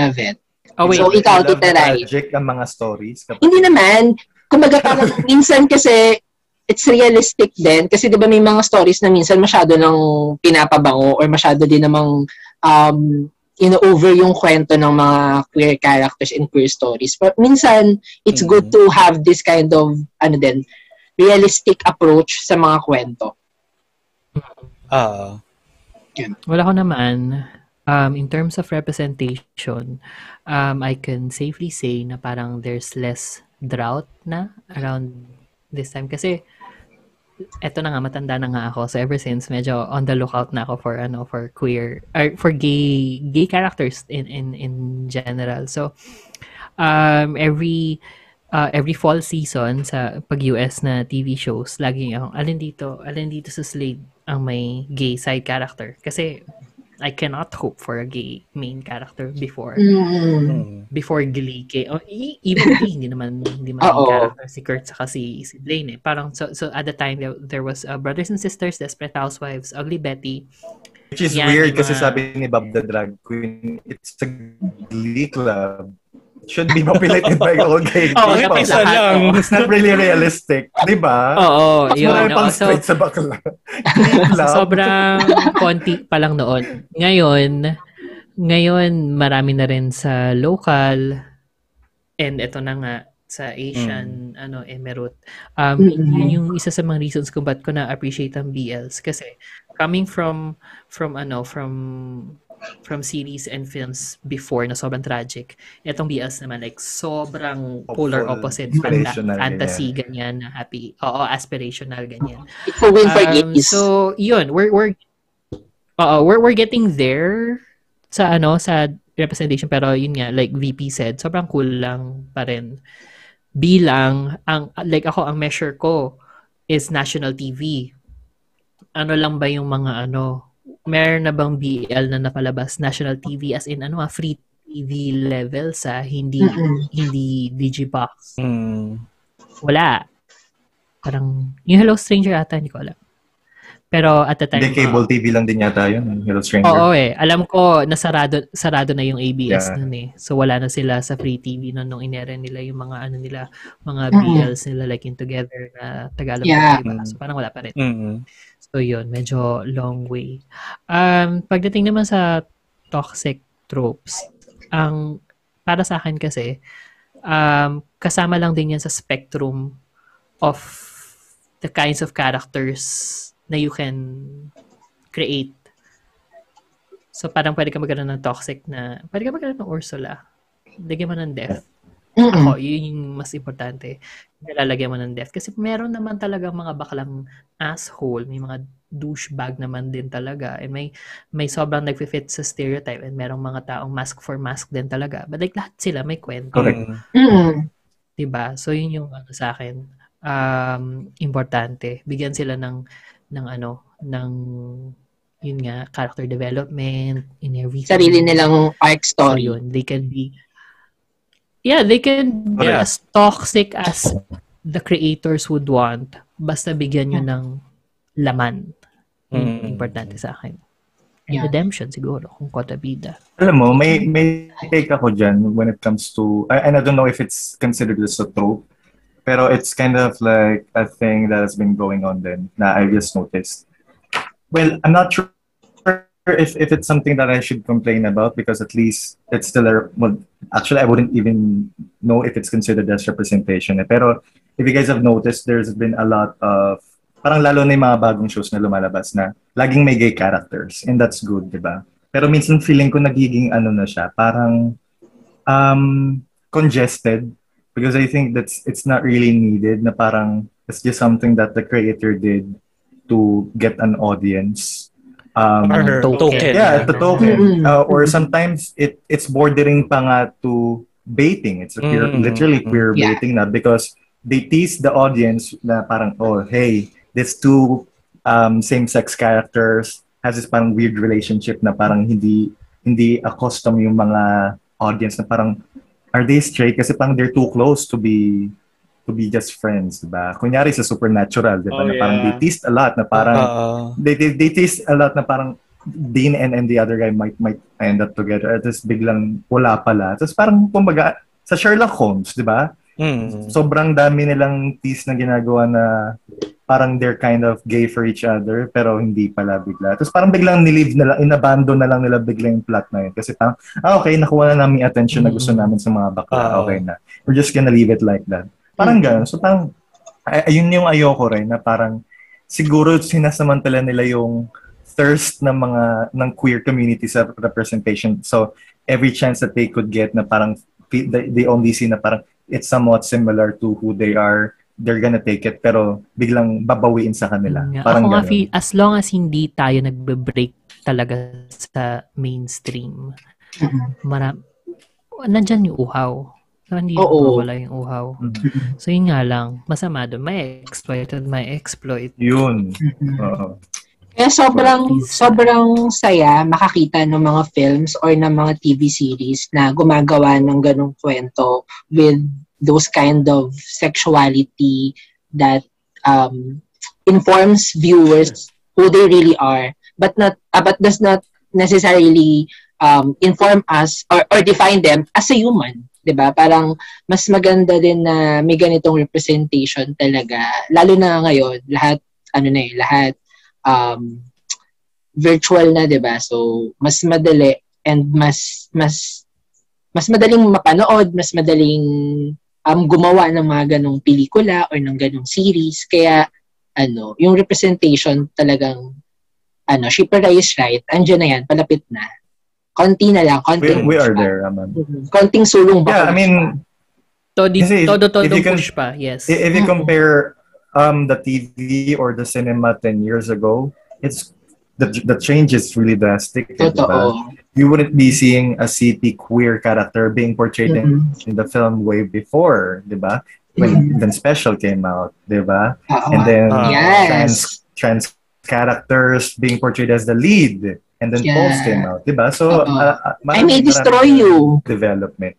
C: Love it.
D: oh wait
C: So,
A: They
C: ikaw,
A: love the
C: Tuteray.
A: Tragic ang mga stories. Kapag
C: Hindi naman. Kumbaga parang minsan kasi it's realistic din. Kasi di ba may mga stories na minsan masyado nang pinapabango or masyado din namang um, ino-over yung kwento ng mga queer characters and queer stories. But minsan, it's good to have this kind of, ano din, realistic approach sa mga kwento.
H: Oo.
D: Wala ko naman. Um, in terms of representation, um, I can safely say na parang there's less drought na around this time. Kasi, eto na nga, matanda na nga ako. So, ever since, medyo on the lookout na ako for, ano, for queer, or for gay, gay characters in, in, in general. So, um, every uh, every fall season sa pag-US na TV shows, lagi akong, alin dito, alin dito sa Slade ang may gay side character. Kasi I cannot hope for a gay main character before
C: Mm.
D: before Glee kay oh, i- even Glee hindi naman hindi man
C: Oo.
D: character si Kurt saka si, si Blaine eh. Parang so, so at the time there, there was uh, Brothers and Sisters, Desperate Housewives, Ugly Betty.
A: Which is
D: Yan,
A: weird
D: yung
A: kasi
D: mga-
A: sabi ni Bob the Drag Queen, it's a glee club. Should be populated by all
H: Oh,
A: gay
D: Oo,
A: people.
D: dapat
H: Isa
D: lahat,
H: lang.
D: oo.
A: It's not really realistic, di ba? Mas
D: Oo, Oh, yun.
A: marami
D: oo.
A: pang
D: So,
A: straight sa bakla. Glee
D: so
A: club.
D: sobrang konti pa lang noon. Ngayon, ngayon marami na rin sa local and eto na nga sa
A: Mm.
D: Asian ano emerut. Um
A: Mm-hmm.
C: Mm.
D: yun yung isa sa mga reasons kung bakit ko na appreciate ang BLs kasi coming from from ano from from series and films before na sobrang tragic. Etong BLs naman like sobrang polar
A: Hopeful,
D: opposite, fanta-
A: inspirational,
D: fantasy ganyan, happy. Oo, aspirational ganyan.
C: It's a win for
D: Um,
C: gays.
D: So, yun, we're we're uh, we're we're getting there sa ano sa representation pero yun nga like VP said, sobrang cool lang pa rin bilang ang like ako ang measure ko is national TV. Ano lang ba yung mga ano meron na bang BL na napalabas national TV as in ano ah, free TV level sa hindi
C: Mm-mm.
D: hindi Digibox.
H: Mm.
D: Wala. Parang, yung Hello Stranger ata, hindi ko alam. Pero at the time,
A: Hindi, cable
D: oo.
A: TV lang din yata yun. Hello Stranger.
D: oo eh. Alam ko, nasarado sarado na yung ABS
A: Yeah.
D: nun eh. So wala na sila sa free TV nun nung inere nila yung mga ano nila, mga
C: Mm.
D: BLs nila like in together na Tagalog.
C: Yeah.
D: diba? So parang wala pa rin.
H: Mm-mm.
D: So yun, medyo long way. Um, pagdating naman sa toxic tropes, ang para sa akin kasi, um, kasama lang din yan sa spectrum of the kinds of characters na you can create. So parang pwede ka magkaroon ng toxic na, pwede ka magkaroon ng Ursula. Lagyan mo ng death.
C: Mm-mm.
D: Ako, yun yung mas importante. Nilalagyan mo ng death. Kasi meron naman talaga mga baklang asshole, may mga douchebag naman din talaga. And may, may sobrang nagfi-fit sa stereotype and merong mga taong mask for mask din talaga. But like lahat sila may kwento.
A: Correct.
H: Mm.
C: Mm-mm.
D: 'di ba? So yun yung ano sa akin um importante. Bigyan sila ng ng ano ng yun nga character development in everything.
C: Sarili nilang arc story.
D: So yun, they can be Yeah, they can be
H: Yeah.
D: as toxic as the creators would want basta bigyan nyo ng laman. Yun yung
H: Mm.
D: importante sa akin. And
C: Yeah.
D: redemption siguro kung kota bida.
A: Alam mo, may, may take ako dyan when it comes to, I- and I don't know if it's considered as a trope, pero it's kind of like a thing that has been going on then na I just noticed. Well, I'm not sure if, if it's something that I should complain about because at least it's still a, well, actually I wouldn't even know if it's considered as representation. eh. Pero if you guys have noticed, there's been a lot of, parang lalo na yung mga bagong shows na lumalabas na laging may gay characters and that's good, di ba? Pero minsan feeling ko nagiging ano na siya, parang um, congested because I think that's it's not really needed na parang it's just something that the creator did to get an audience. Um,
H: Or
D: Token.
H: token.
A: yeah, the
C: Mm-mm.
A: token. Uh, or sometimes it it's bordering pa nga to baiting. It's queer,
I: Mm-hmm.
H: Mm.
A: literally queer
C: Yeah.
A: baiting na because they tease the audience na parang, oh, hey, these two um, same-sex characters has this parang weird relationship na parang hindi hindi accustomed yung mga audience na parang are they straight kasi parang they're too close to be to be just friends, diba? Kunyari sa Supernatural, diba?
I: Oh,
A: na parang
I: yeah.
A: they teased a lot na parang
H: Oo.
A: they, they, they tease a lot na parang Dean and, and the other guy might might end up together. At tapos biglang wala pala. Tapos parang kumbaga, sa Sherlock Holmes, di ba?
H: Mm.
A: Sobrang dami nilang tease na ginagawa na parang they're kind of gay for each other pero hindi pala bigla. Tapos parang biglang nilive na lang, inabandon na lang nila bigla yung plot na yun. Kasi parang, ah okay, nakuha na namin yung attention na gusto namin sa mga bakla.
H: Oo.
A: Okay na. We're just gonna leave it like that. Parang ganun. So parang, ay- ayun yung ayoko rin na parang siguro sinasamantala nila yung thirst ng mga ng queer community sa representation. So every chance that they could get na parang fi- they, they only see na parang it's somewhat similar to who they are, they're gonna take it pero biglang babawiin sa kanila.
D: Nga.
A: Parang
D: Mm, Ako nga
A: ganun.
D: feel, as long as hindi tayo nagbe-break talaga sa mainstream,
C: Mhm.
D: maram, nandyan yung uhaw. No, hindi
C: Oo.
D: nawawala yung uhaw.
A: Mm.
D: So, yun nga lang. Masama doon. May exploited, may exploit.
A: Yun. Oo.
C: Kaya sobrang
D: Please.
C: sobrang saya makakita ng mga films or ng mga TV series na gumagawa ng ganong kwento with those kind of sexuality that um, informs viewers who they really are but not uh, but does not necessarily um, inform us or, or define them as a human. 'Di ba? Parang mas maganda din na may ganitong representation talaga. Lalo na ngayon, lahat ano na eh, lahat um, virtual na, 'di ba? So mas madali and mas mas mas madaling mapanood, mas madaling um, gumawa ng mga ganong pelikula or ng ganong series. Kaya ano, yung representation talagang ano, Shipper is right. Andiyan na yan, palapit na. Konti na lang,
A: We,
C: konting
A: we are there, Raman.
C: Mhm. Konting sulong ba?
A: Yeah, I mean,
D: Todi,
A: Kasi if-
D: todo-todo
A: if you can-
D: push pa. Yes.
A: i- if you compare um, the TV or the cinema 10 years ago, it's the, the change is really drastic. eh, di ba?
C: totoo.
A: you wouldn't be seeing a CP queer character being portrayed in-
C: Mhm.
A: in, the film way before, di ba?
C: Mm-hmm.
A: When then special came out, di ba?
C: Oo.
A: Mm-hmm. And then uh,
H: Ah.
C: Yes.
A: trans trans characters being portrayed as the lead, and then
C: Yeah.
A: polls came out, di ba? So
C: Oo.
A: uh, uh,
C: I may
A: maraming-
C: destroy
A: maraming
C: you.
A: Development.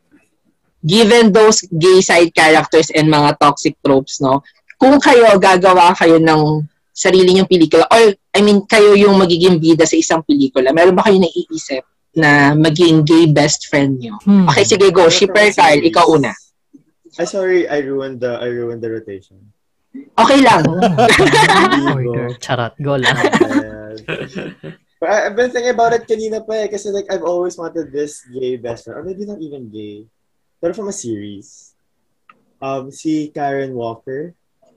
C: given those gay side characters and mga toxic tropes, no? Kung kayo gagawa kayo ng sarili niyong pelikula or I mean kayo yung magiging bida sa isang pelikula, meron ba kayo naiisip na maging gay best friend niyo?
D: Hmm.
C: Okay, sige go. Shipper Kyle, ikaw una.
I: I sorry, I ruined the I ruined the rotation.
C: Okay lang.
D: Oo. Order. Charot. Go lang.
I: Yes. But I, I've been thinking about it kanina pa eh, kasi like I've always wanted this gay best friend, or maybe not even gay, pero from a series. Um, si Karen Walker.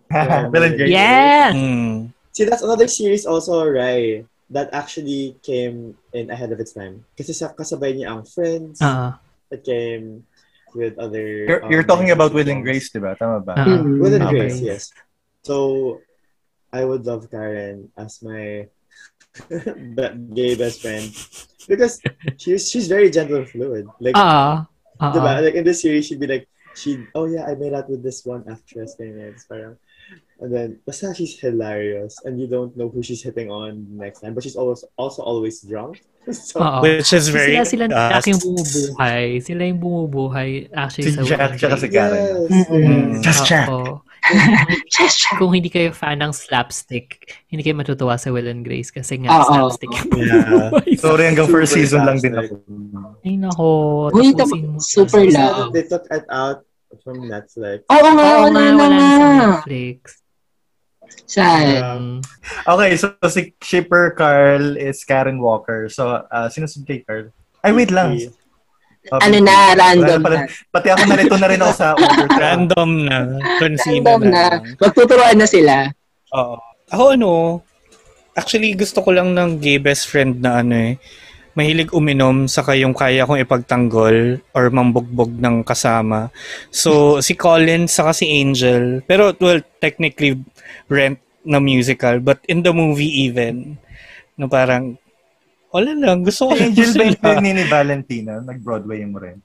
A: Will and Grace.
D: Yes!
H: Mm.
I: See, that's another series also, right? That actually came in ahead of its time. Kasi sa kasabay niya ang Friends,
D: Oo.
I: it came with other...
A: You're,
I: um,
A: you're talking about Will and
I: sitcoms.
A: Grace, di ba? Tama ba?
D: Oo.
C: Hmm.
I: Will and
D: Okay.
I: Grace, yes. So, I would love Karen as my be- gay best friend because she's she's very gentle and fluid. Like,
D: Oo. Oo.
I: diba? like in this series, she'd be like, she oh yeah, I made out with this one actress, ganyan, it's parang, and then basta she's hilarious, and you don't know who she's hitting on next time, but she's always also always drunk. so,
A: Ah,
D: Oo.
H: Which is
D: Kasi
H: very...
D: sila sila
H: uh,
D: uh, yung bumubuhay. Sila yung bumubuhay actually
A: Si
D: sa
A: Jack,
D: Will
A: tsaka si
D: and Grace.
A: Karen.
H: mm.
A: Just Jack.
D: Oo.
C: Yes, siya.
D: Kung hindi kayo fan ng slapstick, hindi kayo matutuwa sa Will and Grace kasi nga
C: Oo.
D: slapstick yung
H: Yeah.
D: bumubuhay.
A: Sorry, hanggang first
I: Super
A: season lang din
I: drastic.
A: ako.
D: Ay nako,
C: Uy,
D: tapusin
C: tap-
D: mo.
I: So
C: super
I: sad
C: lang.
I: that they took it out from Netflix.
C: Oo nga,
D: Oo
C: wala
D: nga,
C: na
D: wala na sa
C: nga.
D: Netflix.
C: Sad.
A: Ah,
D: Mm.
A: Okay, so si Shipper Carl is Karen Walker. So, uh, sino si kay Carl? Ay, wait lang.
I: Yeah.
C: Mm-hmm.
A: Oh,
C: Ano na,
A: wala
C: random
A: pala.
C: na.
A: Pati ako narito na rin ako sa order.
H: Random na. Konsina
C: Random na.
H: na.
C: Magtuturoan na sila.
H: Oo. Ako ano, actually gusto ko lang ng gay best friend na ano eh, mahilig uminom sa kayong kaya kong ipagtanggol or mambugbog ng kasama. So, si Colin saka si Angel, pero well, technically rent na musical, but in the movie even, na parang, wala lang, gusto ko lang
A: Angel ba
H: sila.
A: yung ni, ni Valentina? Nag-Broadway mo rin.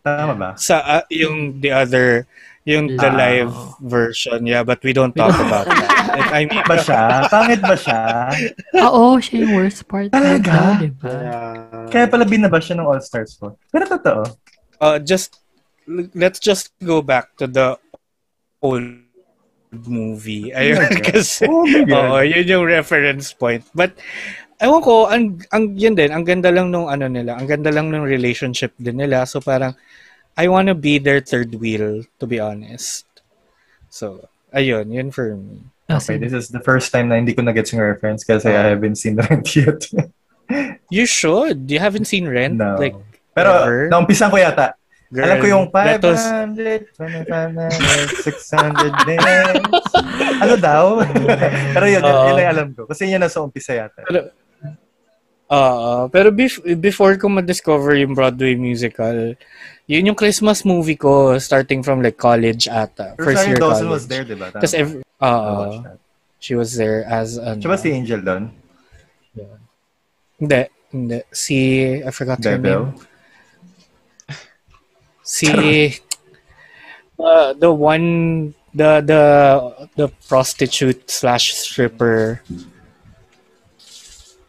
A: Tama ba?
H: Sa ah, yung the other, yung the
D: Ah.
H: live version, yeah, but we don't talk about that. And I mean,
A: Ba siya? Pangit ba siya?
D: Oo, siya yung worst part. diba?
A: Talaga?
D: Di ba?
I: Yeah.
A: Oh. Kaya pala binaba siya ng All Stars po. Pero totoo.
H: uh, just let's just go back to the old movie. Ayun kasi.
A: Oh my God.
H: Oo, yun yung reference point. But ewan ko, ang, ang yun din, ang ganda lang nung ano nila, ang ganda lang nung relationship din nila. So parang, I wanna be their third wheel, to be honest. So, ayun, yun for me.
D: Ah,
A: Okay,
D: sige.
A: this is the first time na hindi ko na-gets yung reference kasi I haven't seen Rent yet.
H: You should. You haven't seen Rent?
A: No.
H: Like,
A: Pero,
H: Ever?
A: naumpisan ko yata.
H: girl,
A: Alam ko yung
H: let us-
A: 500, 25, 600 days. Ano daw? Pero yun, yun, yun
H: Oo.
A: ay alam ko. Kasi yun nasa umpisa yata.
H: Oo. pero bef- before ko ma-discover yung Broadway musical, yun yung Christmas movie ko starting from like college ata. First
A: Rosario
H: year
A: Dawson
H: college.
A: was there, diba? Tama.
H: Tapos ev-
A: I
H: oo.
A: watched that.
H: she was there as ano.
A: Siya ba si Angel doon?
H: Hindi, hindi. Si I forgot her
A: Devil?
H: name. Si the uh, the one the the the prostitute slash stripper.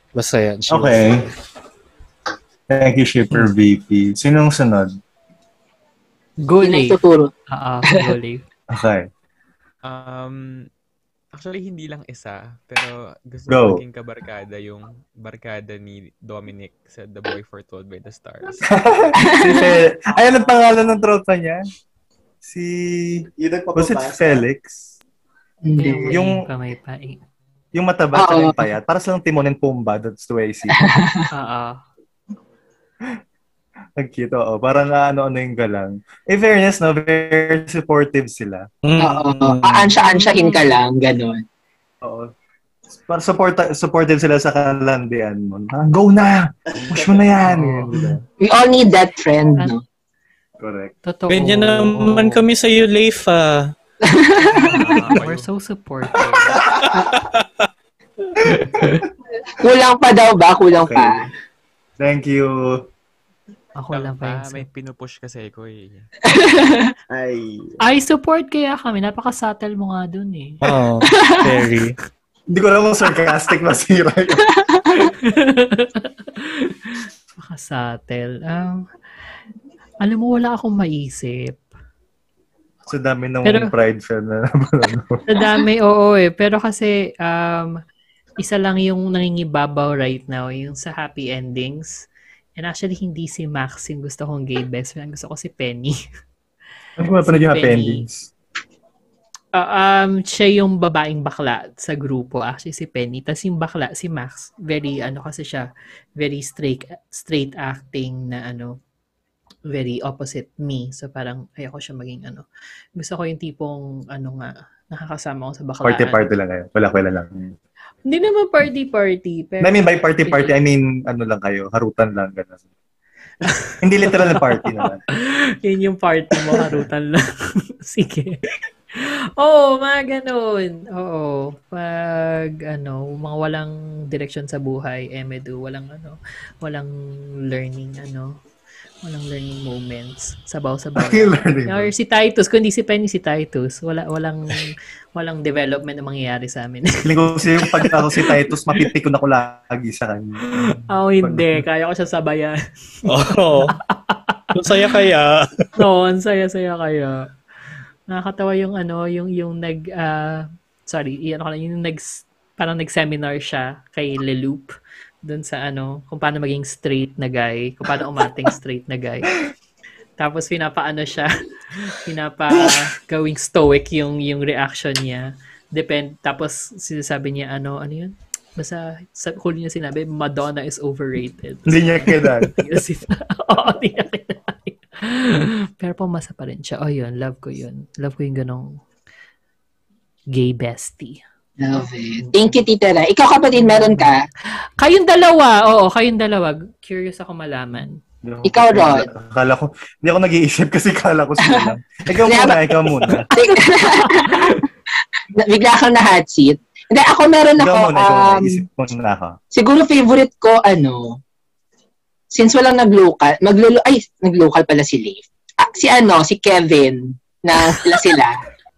H: Basta yan. she was-
A: Okay. Thank you, Shipper VP. Sinong sunod?
D: Gulay.
C: Nagtuturo.
D: Ah, ah, gulay.
A: Okay.
G: Um, actually, hindi lang isa. Pero gusto
A: Go.
G: ko maging kabarkada yung barkada ni Dominic sa The Boy Foretold by the Stars.
A: si Fel- Ay, anong pangalan ng tropa niya? Si...
I: Yung
A: Was it
I: nagpapabasa.
A: Felix?
C: Hindi.
A: Yung-
D: pa may paing.
A: Yung mataba at
C: Oo.
A: yung payat. Para silang Timon and Pumbaa. That's the way I see it.
D: Ah, ah.
A: Nagkita, oo. Parang na ano-ano yung galang. In fairness, no, very supportive sila.
C: Oo.
H: Mm.
C: Aansya-ansyahin ka lang, ganun.
A: Oo. Para support, supportive sila sa kalandian mo. Parang, go na! Push mo na yan! Ganyan, di ba?
C: We all need that friend, no?
A: Correct.
D: Totoo.
H: Ganyan naman kami sa iyo, Leif, ah.
D: Ah, we're so supportive.
C: Kulang pa daw ba? Kulang
A: Okay.
C: pa.
A: Thank you.
D: Ako lang
G: Lang
D: pa
G: pa,
D: yun.
G: may pinupush kasi ko eh.
I: Ay.
D: I support kaya kami. Napaka-subtle mo nga dun eh.
H: Oh, very.
A: Hindi ko alam kung sarcastic na sira yun.
D: Napaka-subtle. Um, alam mo, wala akong maisip.
A: Sa dami ng
D: Pero-
A: pride film na napanood.
D: Sa dami, oo eh. Pero kasi, um, isa lang yung nangingibabaw right now, yung sa happy endings. And actually, hindi si Max yung gusto kong gay best friend. Gusto ko si Penny.
A: Ano ba napanood yung
D: Si
A: happy
D: Penny.
A: endings?
D: Ah, um, siya yung babaeng bakla sa grupo. Actually, si Penny. Tapos yung bakla, si Max. Very, ano kasi siya, very straight, straight acting na ano, very opposite me. So parang ayoko siya maging ano. Gusto ko yung tipong, ano nga, nakakasama ko sa baklaan.
A: Party-party
C: ano?
A: lang kayo. Wala kwela lang.
D: Hindi naman party-party. Pero,
A: I mean, by party-party, I mean, ano lang kayo, harutan lang, gano'n. Hindi literal na party naman.
D: Yun yung party mo, harutan lang. Sige. Oo, mga ganun. Oo. Pag, ano, mga walang direksyon sa buhay, emedu, walang, ano, walang learning, ano, walang learning moments. Sabaw-sabaw.
A: Yung learning mo.
D: Or si Titus, kundi si Penny si Titus. Wala, walang, walang development na mangyayari sa amin.
A: Feeling ko kasi yung pag ako si Titus, mapipikon ako lagi sa kanya.
D: Oo, hindi. Kaya ko siya sabayan.
H: Oh. Masaya kaya.
D: Oo, ang saya-saya kaya. Nakakatawa yung ano, yung yung nag ah, sorry, iyan ko lang yung nag parang nag-seminar siya kay Leloop doon sa ano, kung paano maging straight na guy, kung paano umating straight na guy. Tapos pinapaano siya, pinapa gawing stoic yung yung reaction niya. Depend tapos sinasabi niya ano, ano yun? Basta sa huli niya sinabi, Madonna is overrated.
A: Hindi niya kailan.
D: Yes, it- Oo, di na kinaya. Pero pumasa pa rin siya. Oh, yun. Love ko yun. Love ko yung ganong gay bestie.
C: Love it. Thank you, Tita Ra. Ikaw kapatid, meron ka?
D: Kayong dalawa. Oo, kayong dalawa. Curious ako malaman.
C: Ikaw, Rod.
A: Kala ko, hindi ako nag-iisip kasi kala ko sila lang. Ikaw muna,
C: ano?
A: ikaw muna.
C: Na- Bigla kang na-hot seat. Hindi, ako meron
A: Ikaw
C: ako.
A: muna, ikaw muna.
C: um,
A: Isip muna ako.
C: Siguro favorite ko, ano, since walang nag-local, maglo ay, nag-local pala si Leif. Ah, si ano, si Kevin, na sila sila.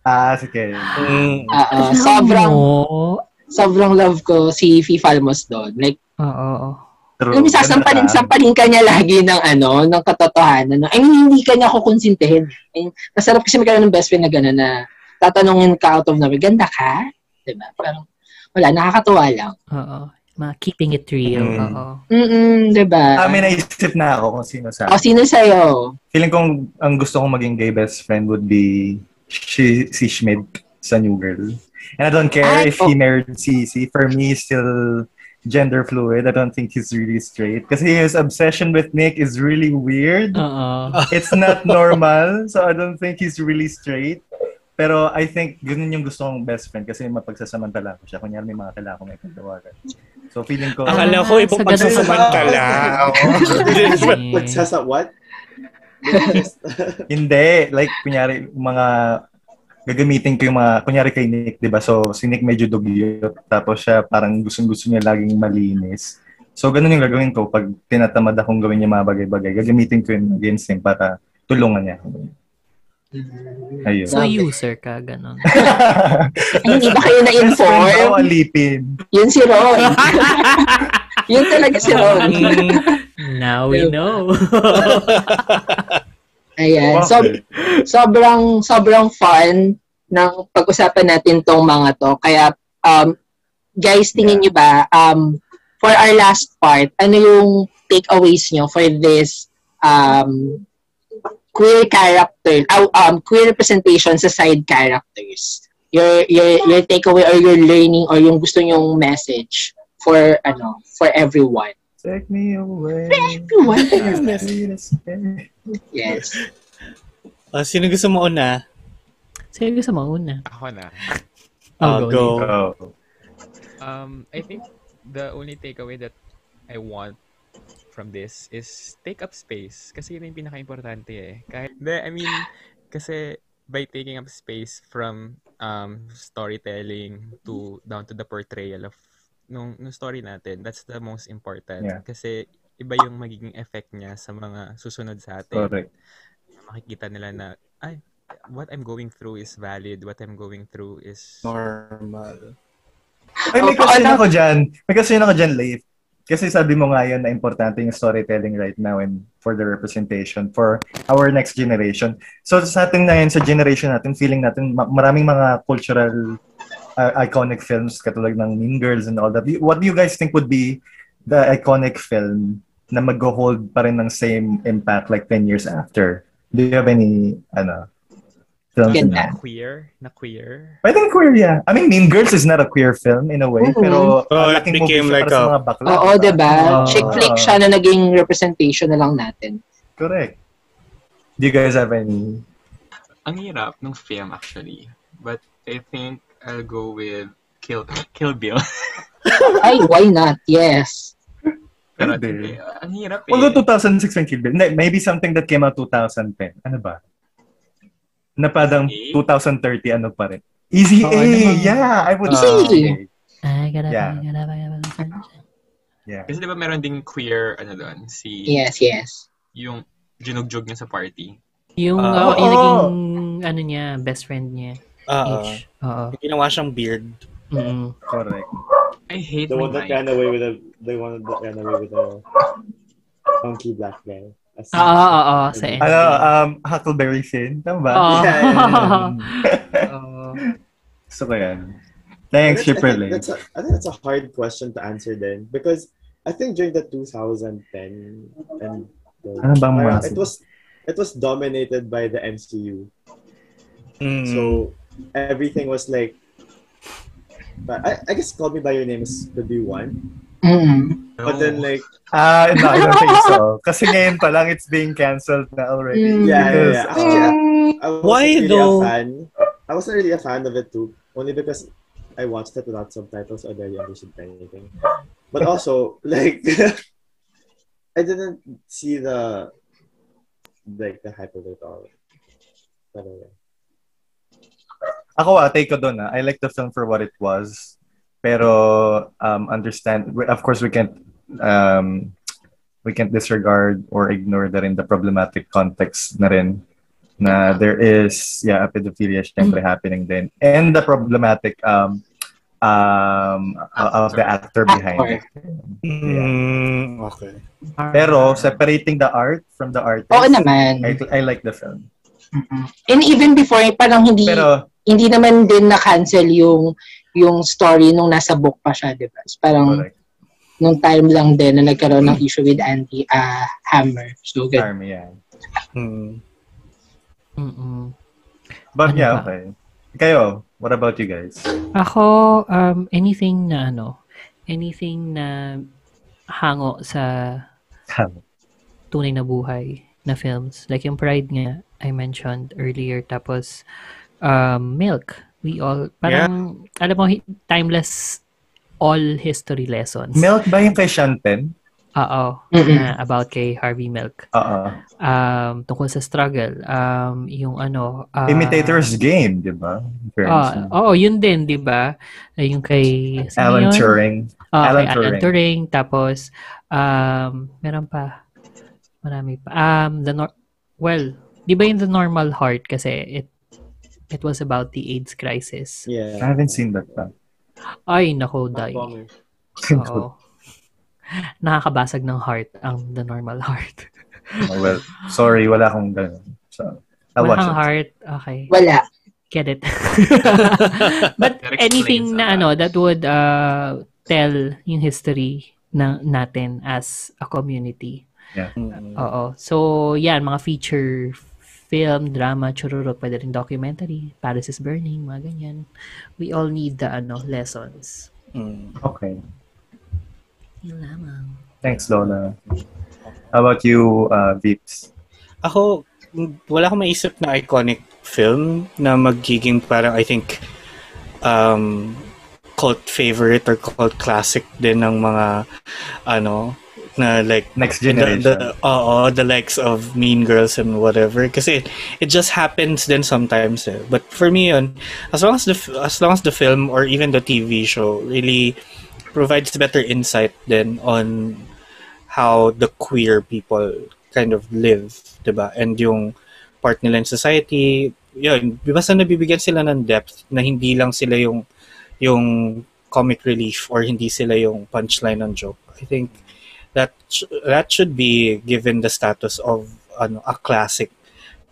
A: Ah, si Kevin.
H: Mm.
C: Oo,
D: Alam
C: Ah, sobrang,
D: mo?
C: sobrang love ko si Fifalmos doon. Like,
D: Oo.
A: True.
C: alam mo,
A: ah.
C: sasampanin, sampanin ka niya lagi ng ano, ng katotohanan. No? I mean, hindi ka niya kukonsintihin. Ay, masarap kasi magkaroon ng best friend na gano'n na tatanungin ka out of nowhere, ganda ka? Diba? Parang, wala, nakakatuwa lang.
D: Oo. Mga keeping it real.
H: Mm.
D: Oo.
C: Mm-mm, diba?
A: Kami Ah, naisip na ako kung sino sa
C: o, sino sa'yo?
A: Feeling kong ang gusto kong maging gay best friend would be si, si Schmidt sa New Girl. And I don't care
C: Ay,
A: if he
C: oh.
A: married si si For me, he's still gender fluid. I don't think he's really straight. Kasi his obsession with Nick is really weird.
D: Oo.
A: It's not normal. So I don't think he's really straight. Pero I think ganun yung gusto kong best friend kasi mapagsasamantala ko siya. Kunyari may mga kailangan ko may pagtawagan. So feeling ko...
H: Akala ko
D: Ah, sa ganun ka
H: ibang
D: ba?
H: pagsasamantala.
D: Okay.
I: Magsasa what?
A: Hindi. Like, kunyari, mga gagamitin ko yung mga, kunyari kay Nick, di ba? So, si Nick medyo dugyot. Tapos siya parang gustong-gusto niya laging malinis. So, ganun yung gagawin ko. Pag tinatamad akong gawin yung mga bagay-bagay, gagamitin ko yung against him para tulungan niya. Ayun.
D: So,
C: Okay.
D: user ka, ganon.
C: Ay, hindi ba kayo
A: Friend
C: na-inform?
A: alipin.
C: Yun si Ron. Yun talaga si Ron.
D: Now we know.
C: Ayan. So, sobrang, sobrang fun ng pag-usapan natin tong mga to. Kaya, um, guys, tingin nyo ba, um, for our last part, ano yung takeaways nyo for this um, queer character, uh, um, queer representation sa side characters? Your, your, your takeaway or your learning or yung gusto nyong message for, ano, for everyone.
A: Take me away.
C: Everyone? Yes.
H: Ah, sino gusto mo una?
D: Sino gusto mo una?
G: Ako na.
D: Oh,
H: I'll
D: go,
H: Ah, go.
A: Oh.
G: Um, I think the only takeaway that I want from this is take up space. Kasi yun yung pinaka-importante eh. Kahit, Hindi, I mean, kasi by taking up space from um, storytelling to down to the portrayal of nung, nung story natin, that's the most important.
A: Yeah.
G: Kasi iba yung magiging effect niya sa mga susunod sa atin.
A: Correct.
G: Makikita nila na, ay, what I'm going through is valid. What I'm going through is...
H: Normal.
A: Ay, may
C: Opo,
A: question
C: alam-
A: ako dyan. May question ako dyan, Leif. Kasi sabi mo nga yun na importante yung storytelling right now and for the representation for our next generation. So sa ating na yun, sa generation natin, feeling natin ma- maraming mga cultural uh, iconic films katulad ng Mean Girls and all that. What do you guys think would be the iconic film na mag-hold pa rin ng same impact like 10 years after? Do you have any, ano, films in
G: na
A: mind?
G: queer, na queer.
A: Pwedeng queer, yeah. I mean, Mean Girls is not a queer film in a way,
C: Oo.
A: pero
H: Oh,
A: ang
H: it
A: laking
H: became
A: movie siya
H: like
A: para
H: a-
A: sa mga bakla.
C: Oo,
A: diba? Ah,
C: diba?
D: Oo.
C: Chick flick siya na naging representation na lang natin.
A: Correct. Do you guys have any?
G: Ang hirap ng film actually. But I think I'll go with Kill Kill Bill.
C: Ay, why not? Yes.
G: Pero
A: Pwede.
G: eh, ang hirap eh.
A: Although tota- 2006 yung Kill Bill. Hindi, Maybe something that came out 2010. Ano ba? Na parang
G: Easy A?
A: 2030 ano pa rin. Easy
D: Oo,
A: A!
D: ano ba?
A: Yeah! I would
C: Easy
A: say.
C: A.
D: Ay, gana,
A: Yeah.
D: yeah. gana, gana, gana.
A: Yeah.
G: Kasi diba meron ding queer ano doon si
C: Yes, yes.
G: yung ginugjog niya sa party.
D: Yung,
H: Ah,
D: oh, yung
A: oo.
D: naging, ano niya, best friend niya.
H: Oo.
D: H. Oo.
H: Ah, Ginawa siyang beard.
D: Mm.
A: Correct.
G: I hate
I: The
G: my
I: one that
G: mic.
I: ran away with a the one that ran away with a funky black guy. As-
A: Ah,
D: Oo, oo, oo, sa end.
A: Ano, um, Huckleberry Finn. Tama ba?
D: Oo.
G: Oo.
A: Gusto ko yan. Thanks,
I: That's-
A: Shipper
I: I think,
A: Lane.
I: that's a, I think that's a hard question to answer then because I think during the 2010 and the,
A: Ano bang
I: era,
A: mga-
I: it was it was dominated by the MCU.
H: Mm.
I: So everything was like but I, I guess Call Me by Your Name is could be one.
C: Mm.
G: Oh,
I: But then like
A: Ah, no, I don't think so. Kasi ngayon pa lang, it's being cancelled na already.
C: Mm.
I: yeah, yeah,
A: Because,
I: yeah. Actually, I- I wasn't
H: Why
I: really
H: though?
I: a fan. I wasn't really a fan of it too, only because I watched it without subtitles. I barely understood anything. But also, like, I didn't see the like the hype of it all. But, uh,
A: Ako, ah, take ko doon. Ah. I like the film for what it was. Pero, um, understand, we- of course, we can't, um, we can't disregard or ignore na rin the problematic context na rin na there is, yeah, pedophilia syempre
C: Mm.
A: happening din. And the problematic um, um, of the actor behind it.
H: Mm, okay.
A: Pero, separating the art from the artist,
C: Oo naman.
A: I, I like the film.
C: Mm-mm. And even before, parang hindi
A: Pero,
C: hindi naman din na-cancel yung yung story nung nasa book pa siya, di ba? So, parang
A: correct.
C: nung time lang din na nagkaroon ng issue with Andy ah Hammer. So, good.
A: Army, yeah.
H: Mm.
D: Mm-mm.
A: But
D: Ano
A: yeah,
D: ba?
A: okay. Kayo, what about you guys?
D: Ako, um, anything na ano, anything na hango sa tunay na buhay na films. Like yung Pride nga, I mentioned earlier. Tapos, um, Milk. We all, parang, alam mo, hi- timeless all history lessons.
A: Milk ba yung kay Sean Penn?
D: Oo.
C: Mm-mm.
D: na about kay Harvey Milk.
A: Oo.
D: Um, tungkol sa struggle. Um, yung ano, ah,
A: Imitator's Game, di ba? In fairness,
D: Ah, oo, yun din, 'di ba? Ay, Yung kay
A: no?
D: sino
A: Alan
D: yun?
A: Turing.
D: Ah,
A: Alan
D: kay Alan
A: Turing.
D: Turing. Tapos um meron pa marami pa. Um the Nor- well, Di ba in the normal heart kasi it it was about the AIDS crisis.
A: I
I: Yeah.
A: haven't seen that pa.
D: Ay, nako,
I: Ah,
D: die.
I: bummer.
D: Oo. Nakakabasag ng heart ang the normal heart.
A: Oh, well, sorry, wala akong ganun. So, I'll watch
D: Walang
A: it.
D: heart. Okay.
C: Wala.
D: Get it. But
G: That explains
D: anything na
G: a lot.
D: ano that would uh, tell yung history na, natin as a community. Oo. So, yan, mga feature film, drama, chururot, pwede rin documentary, Paris is Burning, mga ganyan. We all need the ano, lessons.
H: Mm.
A: Okay.
D: Yun lamang.
A: Thanks, Lola. How about you, uh, Vips?
H: Ako, wala akong maisip na iconic film na magiging parang, I think, um, cult favorite or cult classic din ng mga, ano, na like,
A: Next
H: the,
A: Generation.
H: the, oo, the likes of Mean Girls and whatever. Kasi it, it just happens then sometimes. eh. But for me, yun, as long as the f- as long as the film or even the TV show really provides better insight then on how the queer people kind of live, 'di ba? And yung part nila in society, yun, basta nabibigyan sila ng depth na hindi lang sila yung yung comic relief or hindi sila yung punchline ng joke. I think that sh- that should be given the status of ano a classic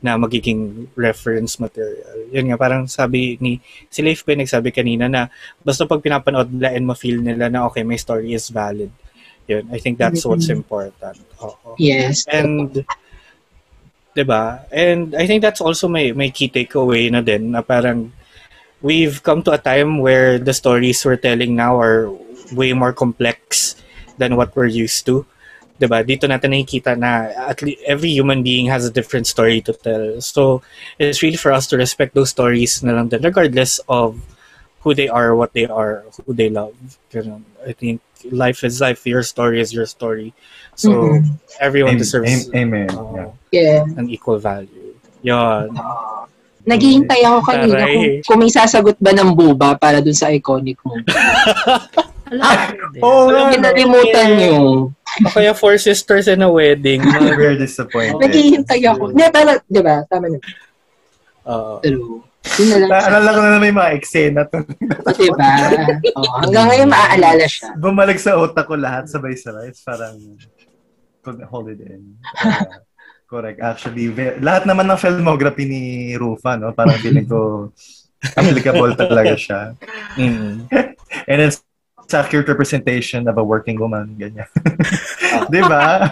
H: na magiging reference material. Yun nga, parang sabi ni si Leif P nagsabi kanina na basta pag pinapanood nila and ma-feel nila na okay, my story is valid. Yun, I think that's what's important. Oo.
C: Yes.
H: And, 'di ba? And I think that's also my, my key takeaway na din na parang we've come to a time where the stories we're telling now are way more complex than what we're used to. 'Di ba? Dito natin nakikita na at least every human being has a different story to tell. So, it's really for us to respect those stories na lang din regardless of who they are, what they are, who they love. Ganun. I think life is life. Your story is your story. So,
C: Mhm.
H: everyone
A: Am- am-
H: deserves
A: amen.
H: uh,
C: Yeah.
A: Yeah.
H: an equal value. Yun.
C: Naghihintay ako kanina
H: Taray.
C: kung, kung may sasagot ba ng buba para dun sa iconic mo.
D: Alam,
A: Oh,
C: Kinalimutan niyo.
H: O kaya four sisters in a wedding. mga
A: we're disappointed.
C: Naghihintay ako. Hindi, para, di ba? Tama na.
H: Oo.
C: Pero, yun na lang.
A: Naalala ko na na may mga eksena to.
C: Di ba? Oh, hanggang ngayon maaalala siya.
A: Bumalik sa utak ko lahat sabay-sabay. It's parang could hold it in. Uh, correct. Actually, ve- lahat naman ng filmography ni Rufa, no? Parang feeling ko applicable talaga siya.
H: Mm.
A: And it's it's accurate representation of a working woman. Ganyan. Di ba?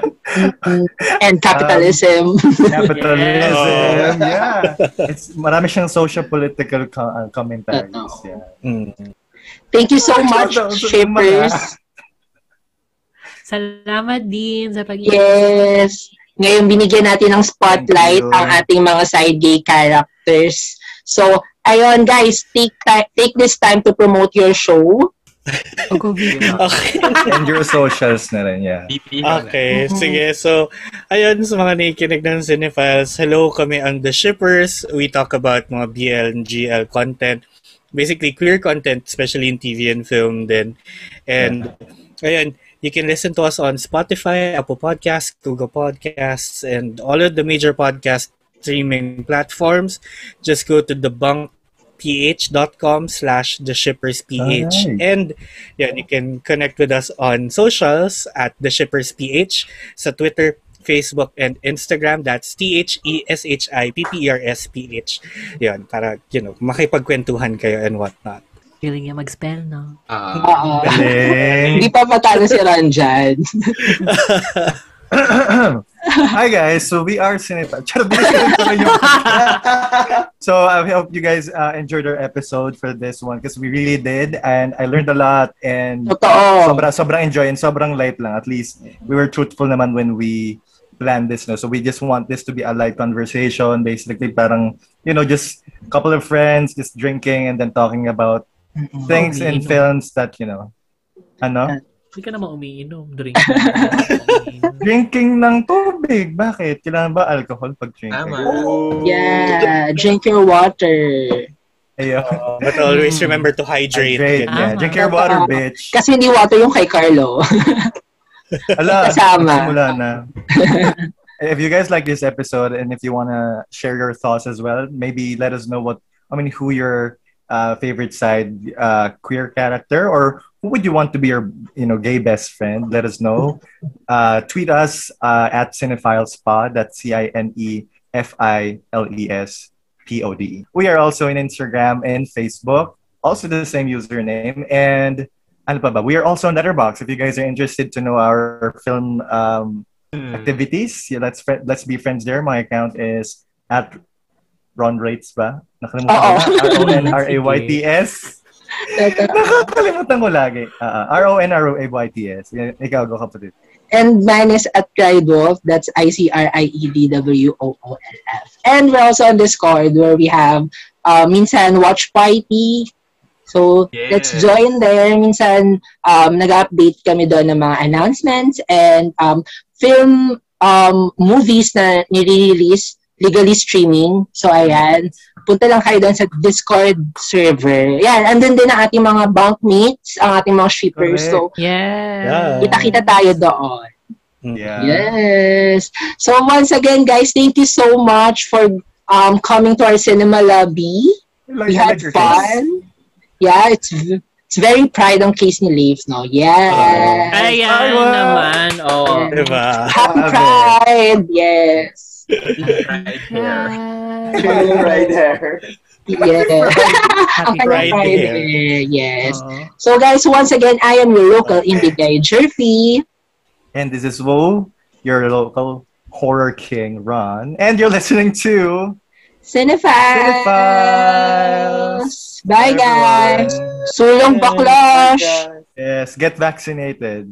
C: And
A: Ah.
C: capitalism.
A: Capitalism. Yeah. It's, marami siyang social-political co- uh, commentaries. Yeah.
H: Mm.
C: Thank you so much,
A: Ito, ito,
C: shippers.
D: Salamat din sa pag
C: Yes. Ngayon, binigyan natin ng spotlight
A: Thank you.
C: ang ating mga side gay characters. So, ayun guys, take, ti- take this time to promote your show.
H: Okay.
A: And your socials na rin. Yeah.
G: VP ka na.
H: Ah, Okay, sige. So, ayun sa mga nakikinig ng Cinefiles, hello kami ang The Shippers. We talk about mga BL and GL content. Basically, queer content, especially in TV and film din. And, ayun, you can listen to us on Spotify, Apple Podcasts, Google Podcasts, and all of the major podcast streaming platforms. Just go to thebunkph.com slash the shippers ph
A: Alright.
H: and yeah, you can connect with us on socials at the shippers ph sa twitter facebook and instagram that's E t-h-e-s-h-i-p-p-e-r-s-p-h yun para you know makipagkwentuhan kayo and whatnot
D: feeling niya mag-spell, no?
G: Ah,
C: Oo.
A: Galing.
C: Hindi pa patalo si Ranjan.
A: Hi guys, so we are Cinepa. Charot, binigyan ko na yung- so I hope you guys uh, enjoyed our episode for this one because we really did and I learned a lot and
C: Totoo.
A: sobra sobrang enjoy and sobrang light lang. At least we were truthful naman when we planned this. No? So we just want this to be a light conversation. Basically parang, you know, just a couple of friends just drinking and then talking about things and
D: umiinom.
A: films that, you know, ano?
D: Hindi ka naman umiinom. Drink.
A: Drinking ng tubig. Bakit? Kailangan ba alcohol pag drinking?
G: tama.
C: Yeah. Drink your water.
A: Ayun.
H: Uh, but always remember to hydrate,
A: Hydrate,
H: ganyan.
A: yeah. Drink your water, bitch.
C: Kasi hindi water yung kay Carlo.
A: Ala,
C: Kasama.
A: simula na. if you guys like this episode and if you want to share your thoughts as well, maybe let us know what I mean who your uh, favorite side uh, queer character or who would you want to be your you know gay best friend? Let us know. Uh, tweet us uh, at cinephilespod. That's C I N E F I L E S P O D E. We are also in Instagram and Facebook. Also the same username and. Ano pa ba? We are also on Letterbox. If you guys are interested to know our film um, activities. Yeah, let's fri- let's be friends there. My account is at Ron Rates ba? Nakalimutan ko.
C: Oo.
A: R-O-N-R-A-Y-T-S.
C: Teka.
A: Nakakalimutan ko lagi. Ah, ah, R-O-N-R-A-Y-T-S. Yan, Ikaw, go kapatid.
C: And mine is at Cridewolf. That's I C R I E D W O O L F. And we're also on Discord where we have uh, minsan watch party. So
G: Yeah.
C: let's join there. Minsan um, nag-update kami doon ng mga announcements and um, film um, movies na nire-release legally streaming. So ayan, punta lang kayo doon sa Discord server. Yan, andun din ang ating mga bunk mates, ang ating mga shippers. So
D: Yeah.
C: kita-kita tayo doon.
A: Yeah.
C: Yes. So once again, guys, thank you so much for um coming to our cinema lobby. We
A: Like, I
C: had
A: like your face.
C: fun. Yeah, it's v- it's very pride on case ni Leif, no? Yeah.
D: Ayan
A: Ay, wow.
D: naman. Oh.
H: Diba?
C: Happy
A: Grabe.
C: Pride. Yes.
G: Right there.
I: right there.
C: Yeah.
D: Happy
C: Happy
H: Pride
D: Pride.
H: here.
C: Pride. Yes.
D: Oo.
C: So guys, once again, I am your local indie guy, Jerfy.
A: And this is Wo, your local horror king, Ron. And you're listening to...
C: Cinephiles.
A: Cinephiles.
C: Bye, guys. Sulong baklosh.
A: Yes, get vaccinated.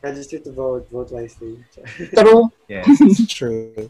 I: Register to vote. Vote wisely.
C: True.
A: Yes.
H: It's true.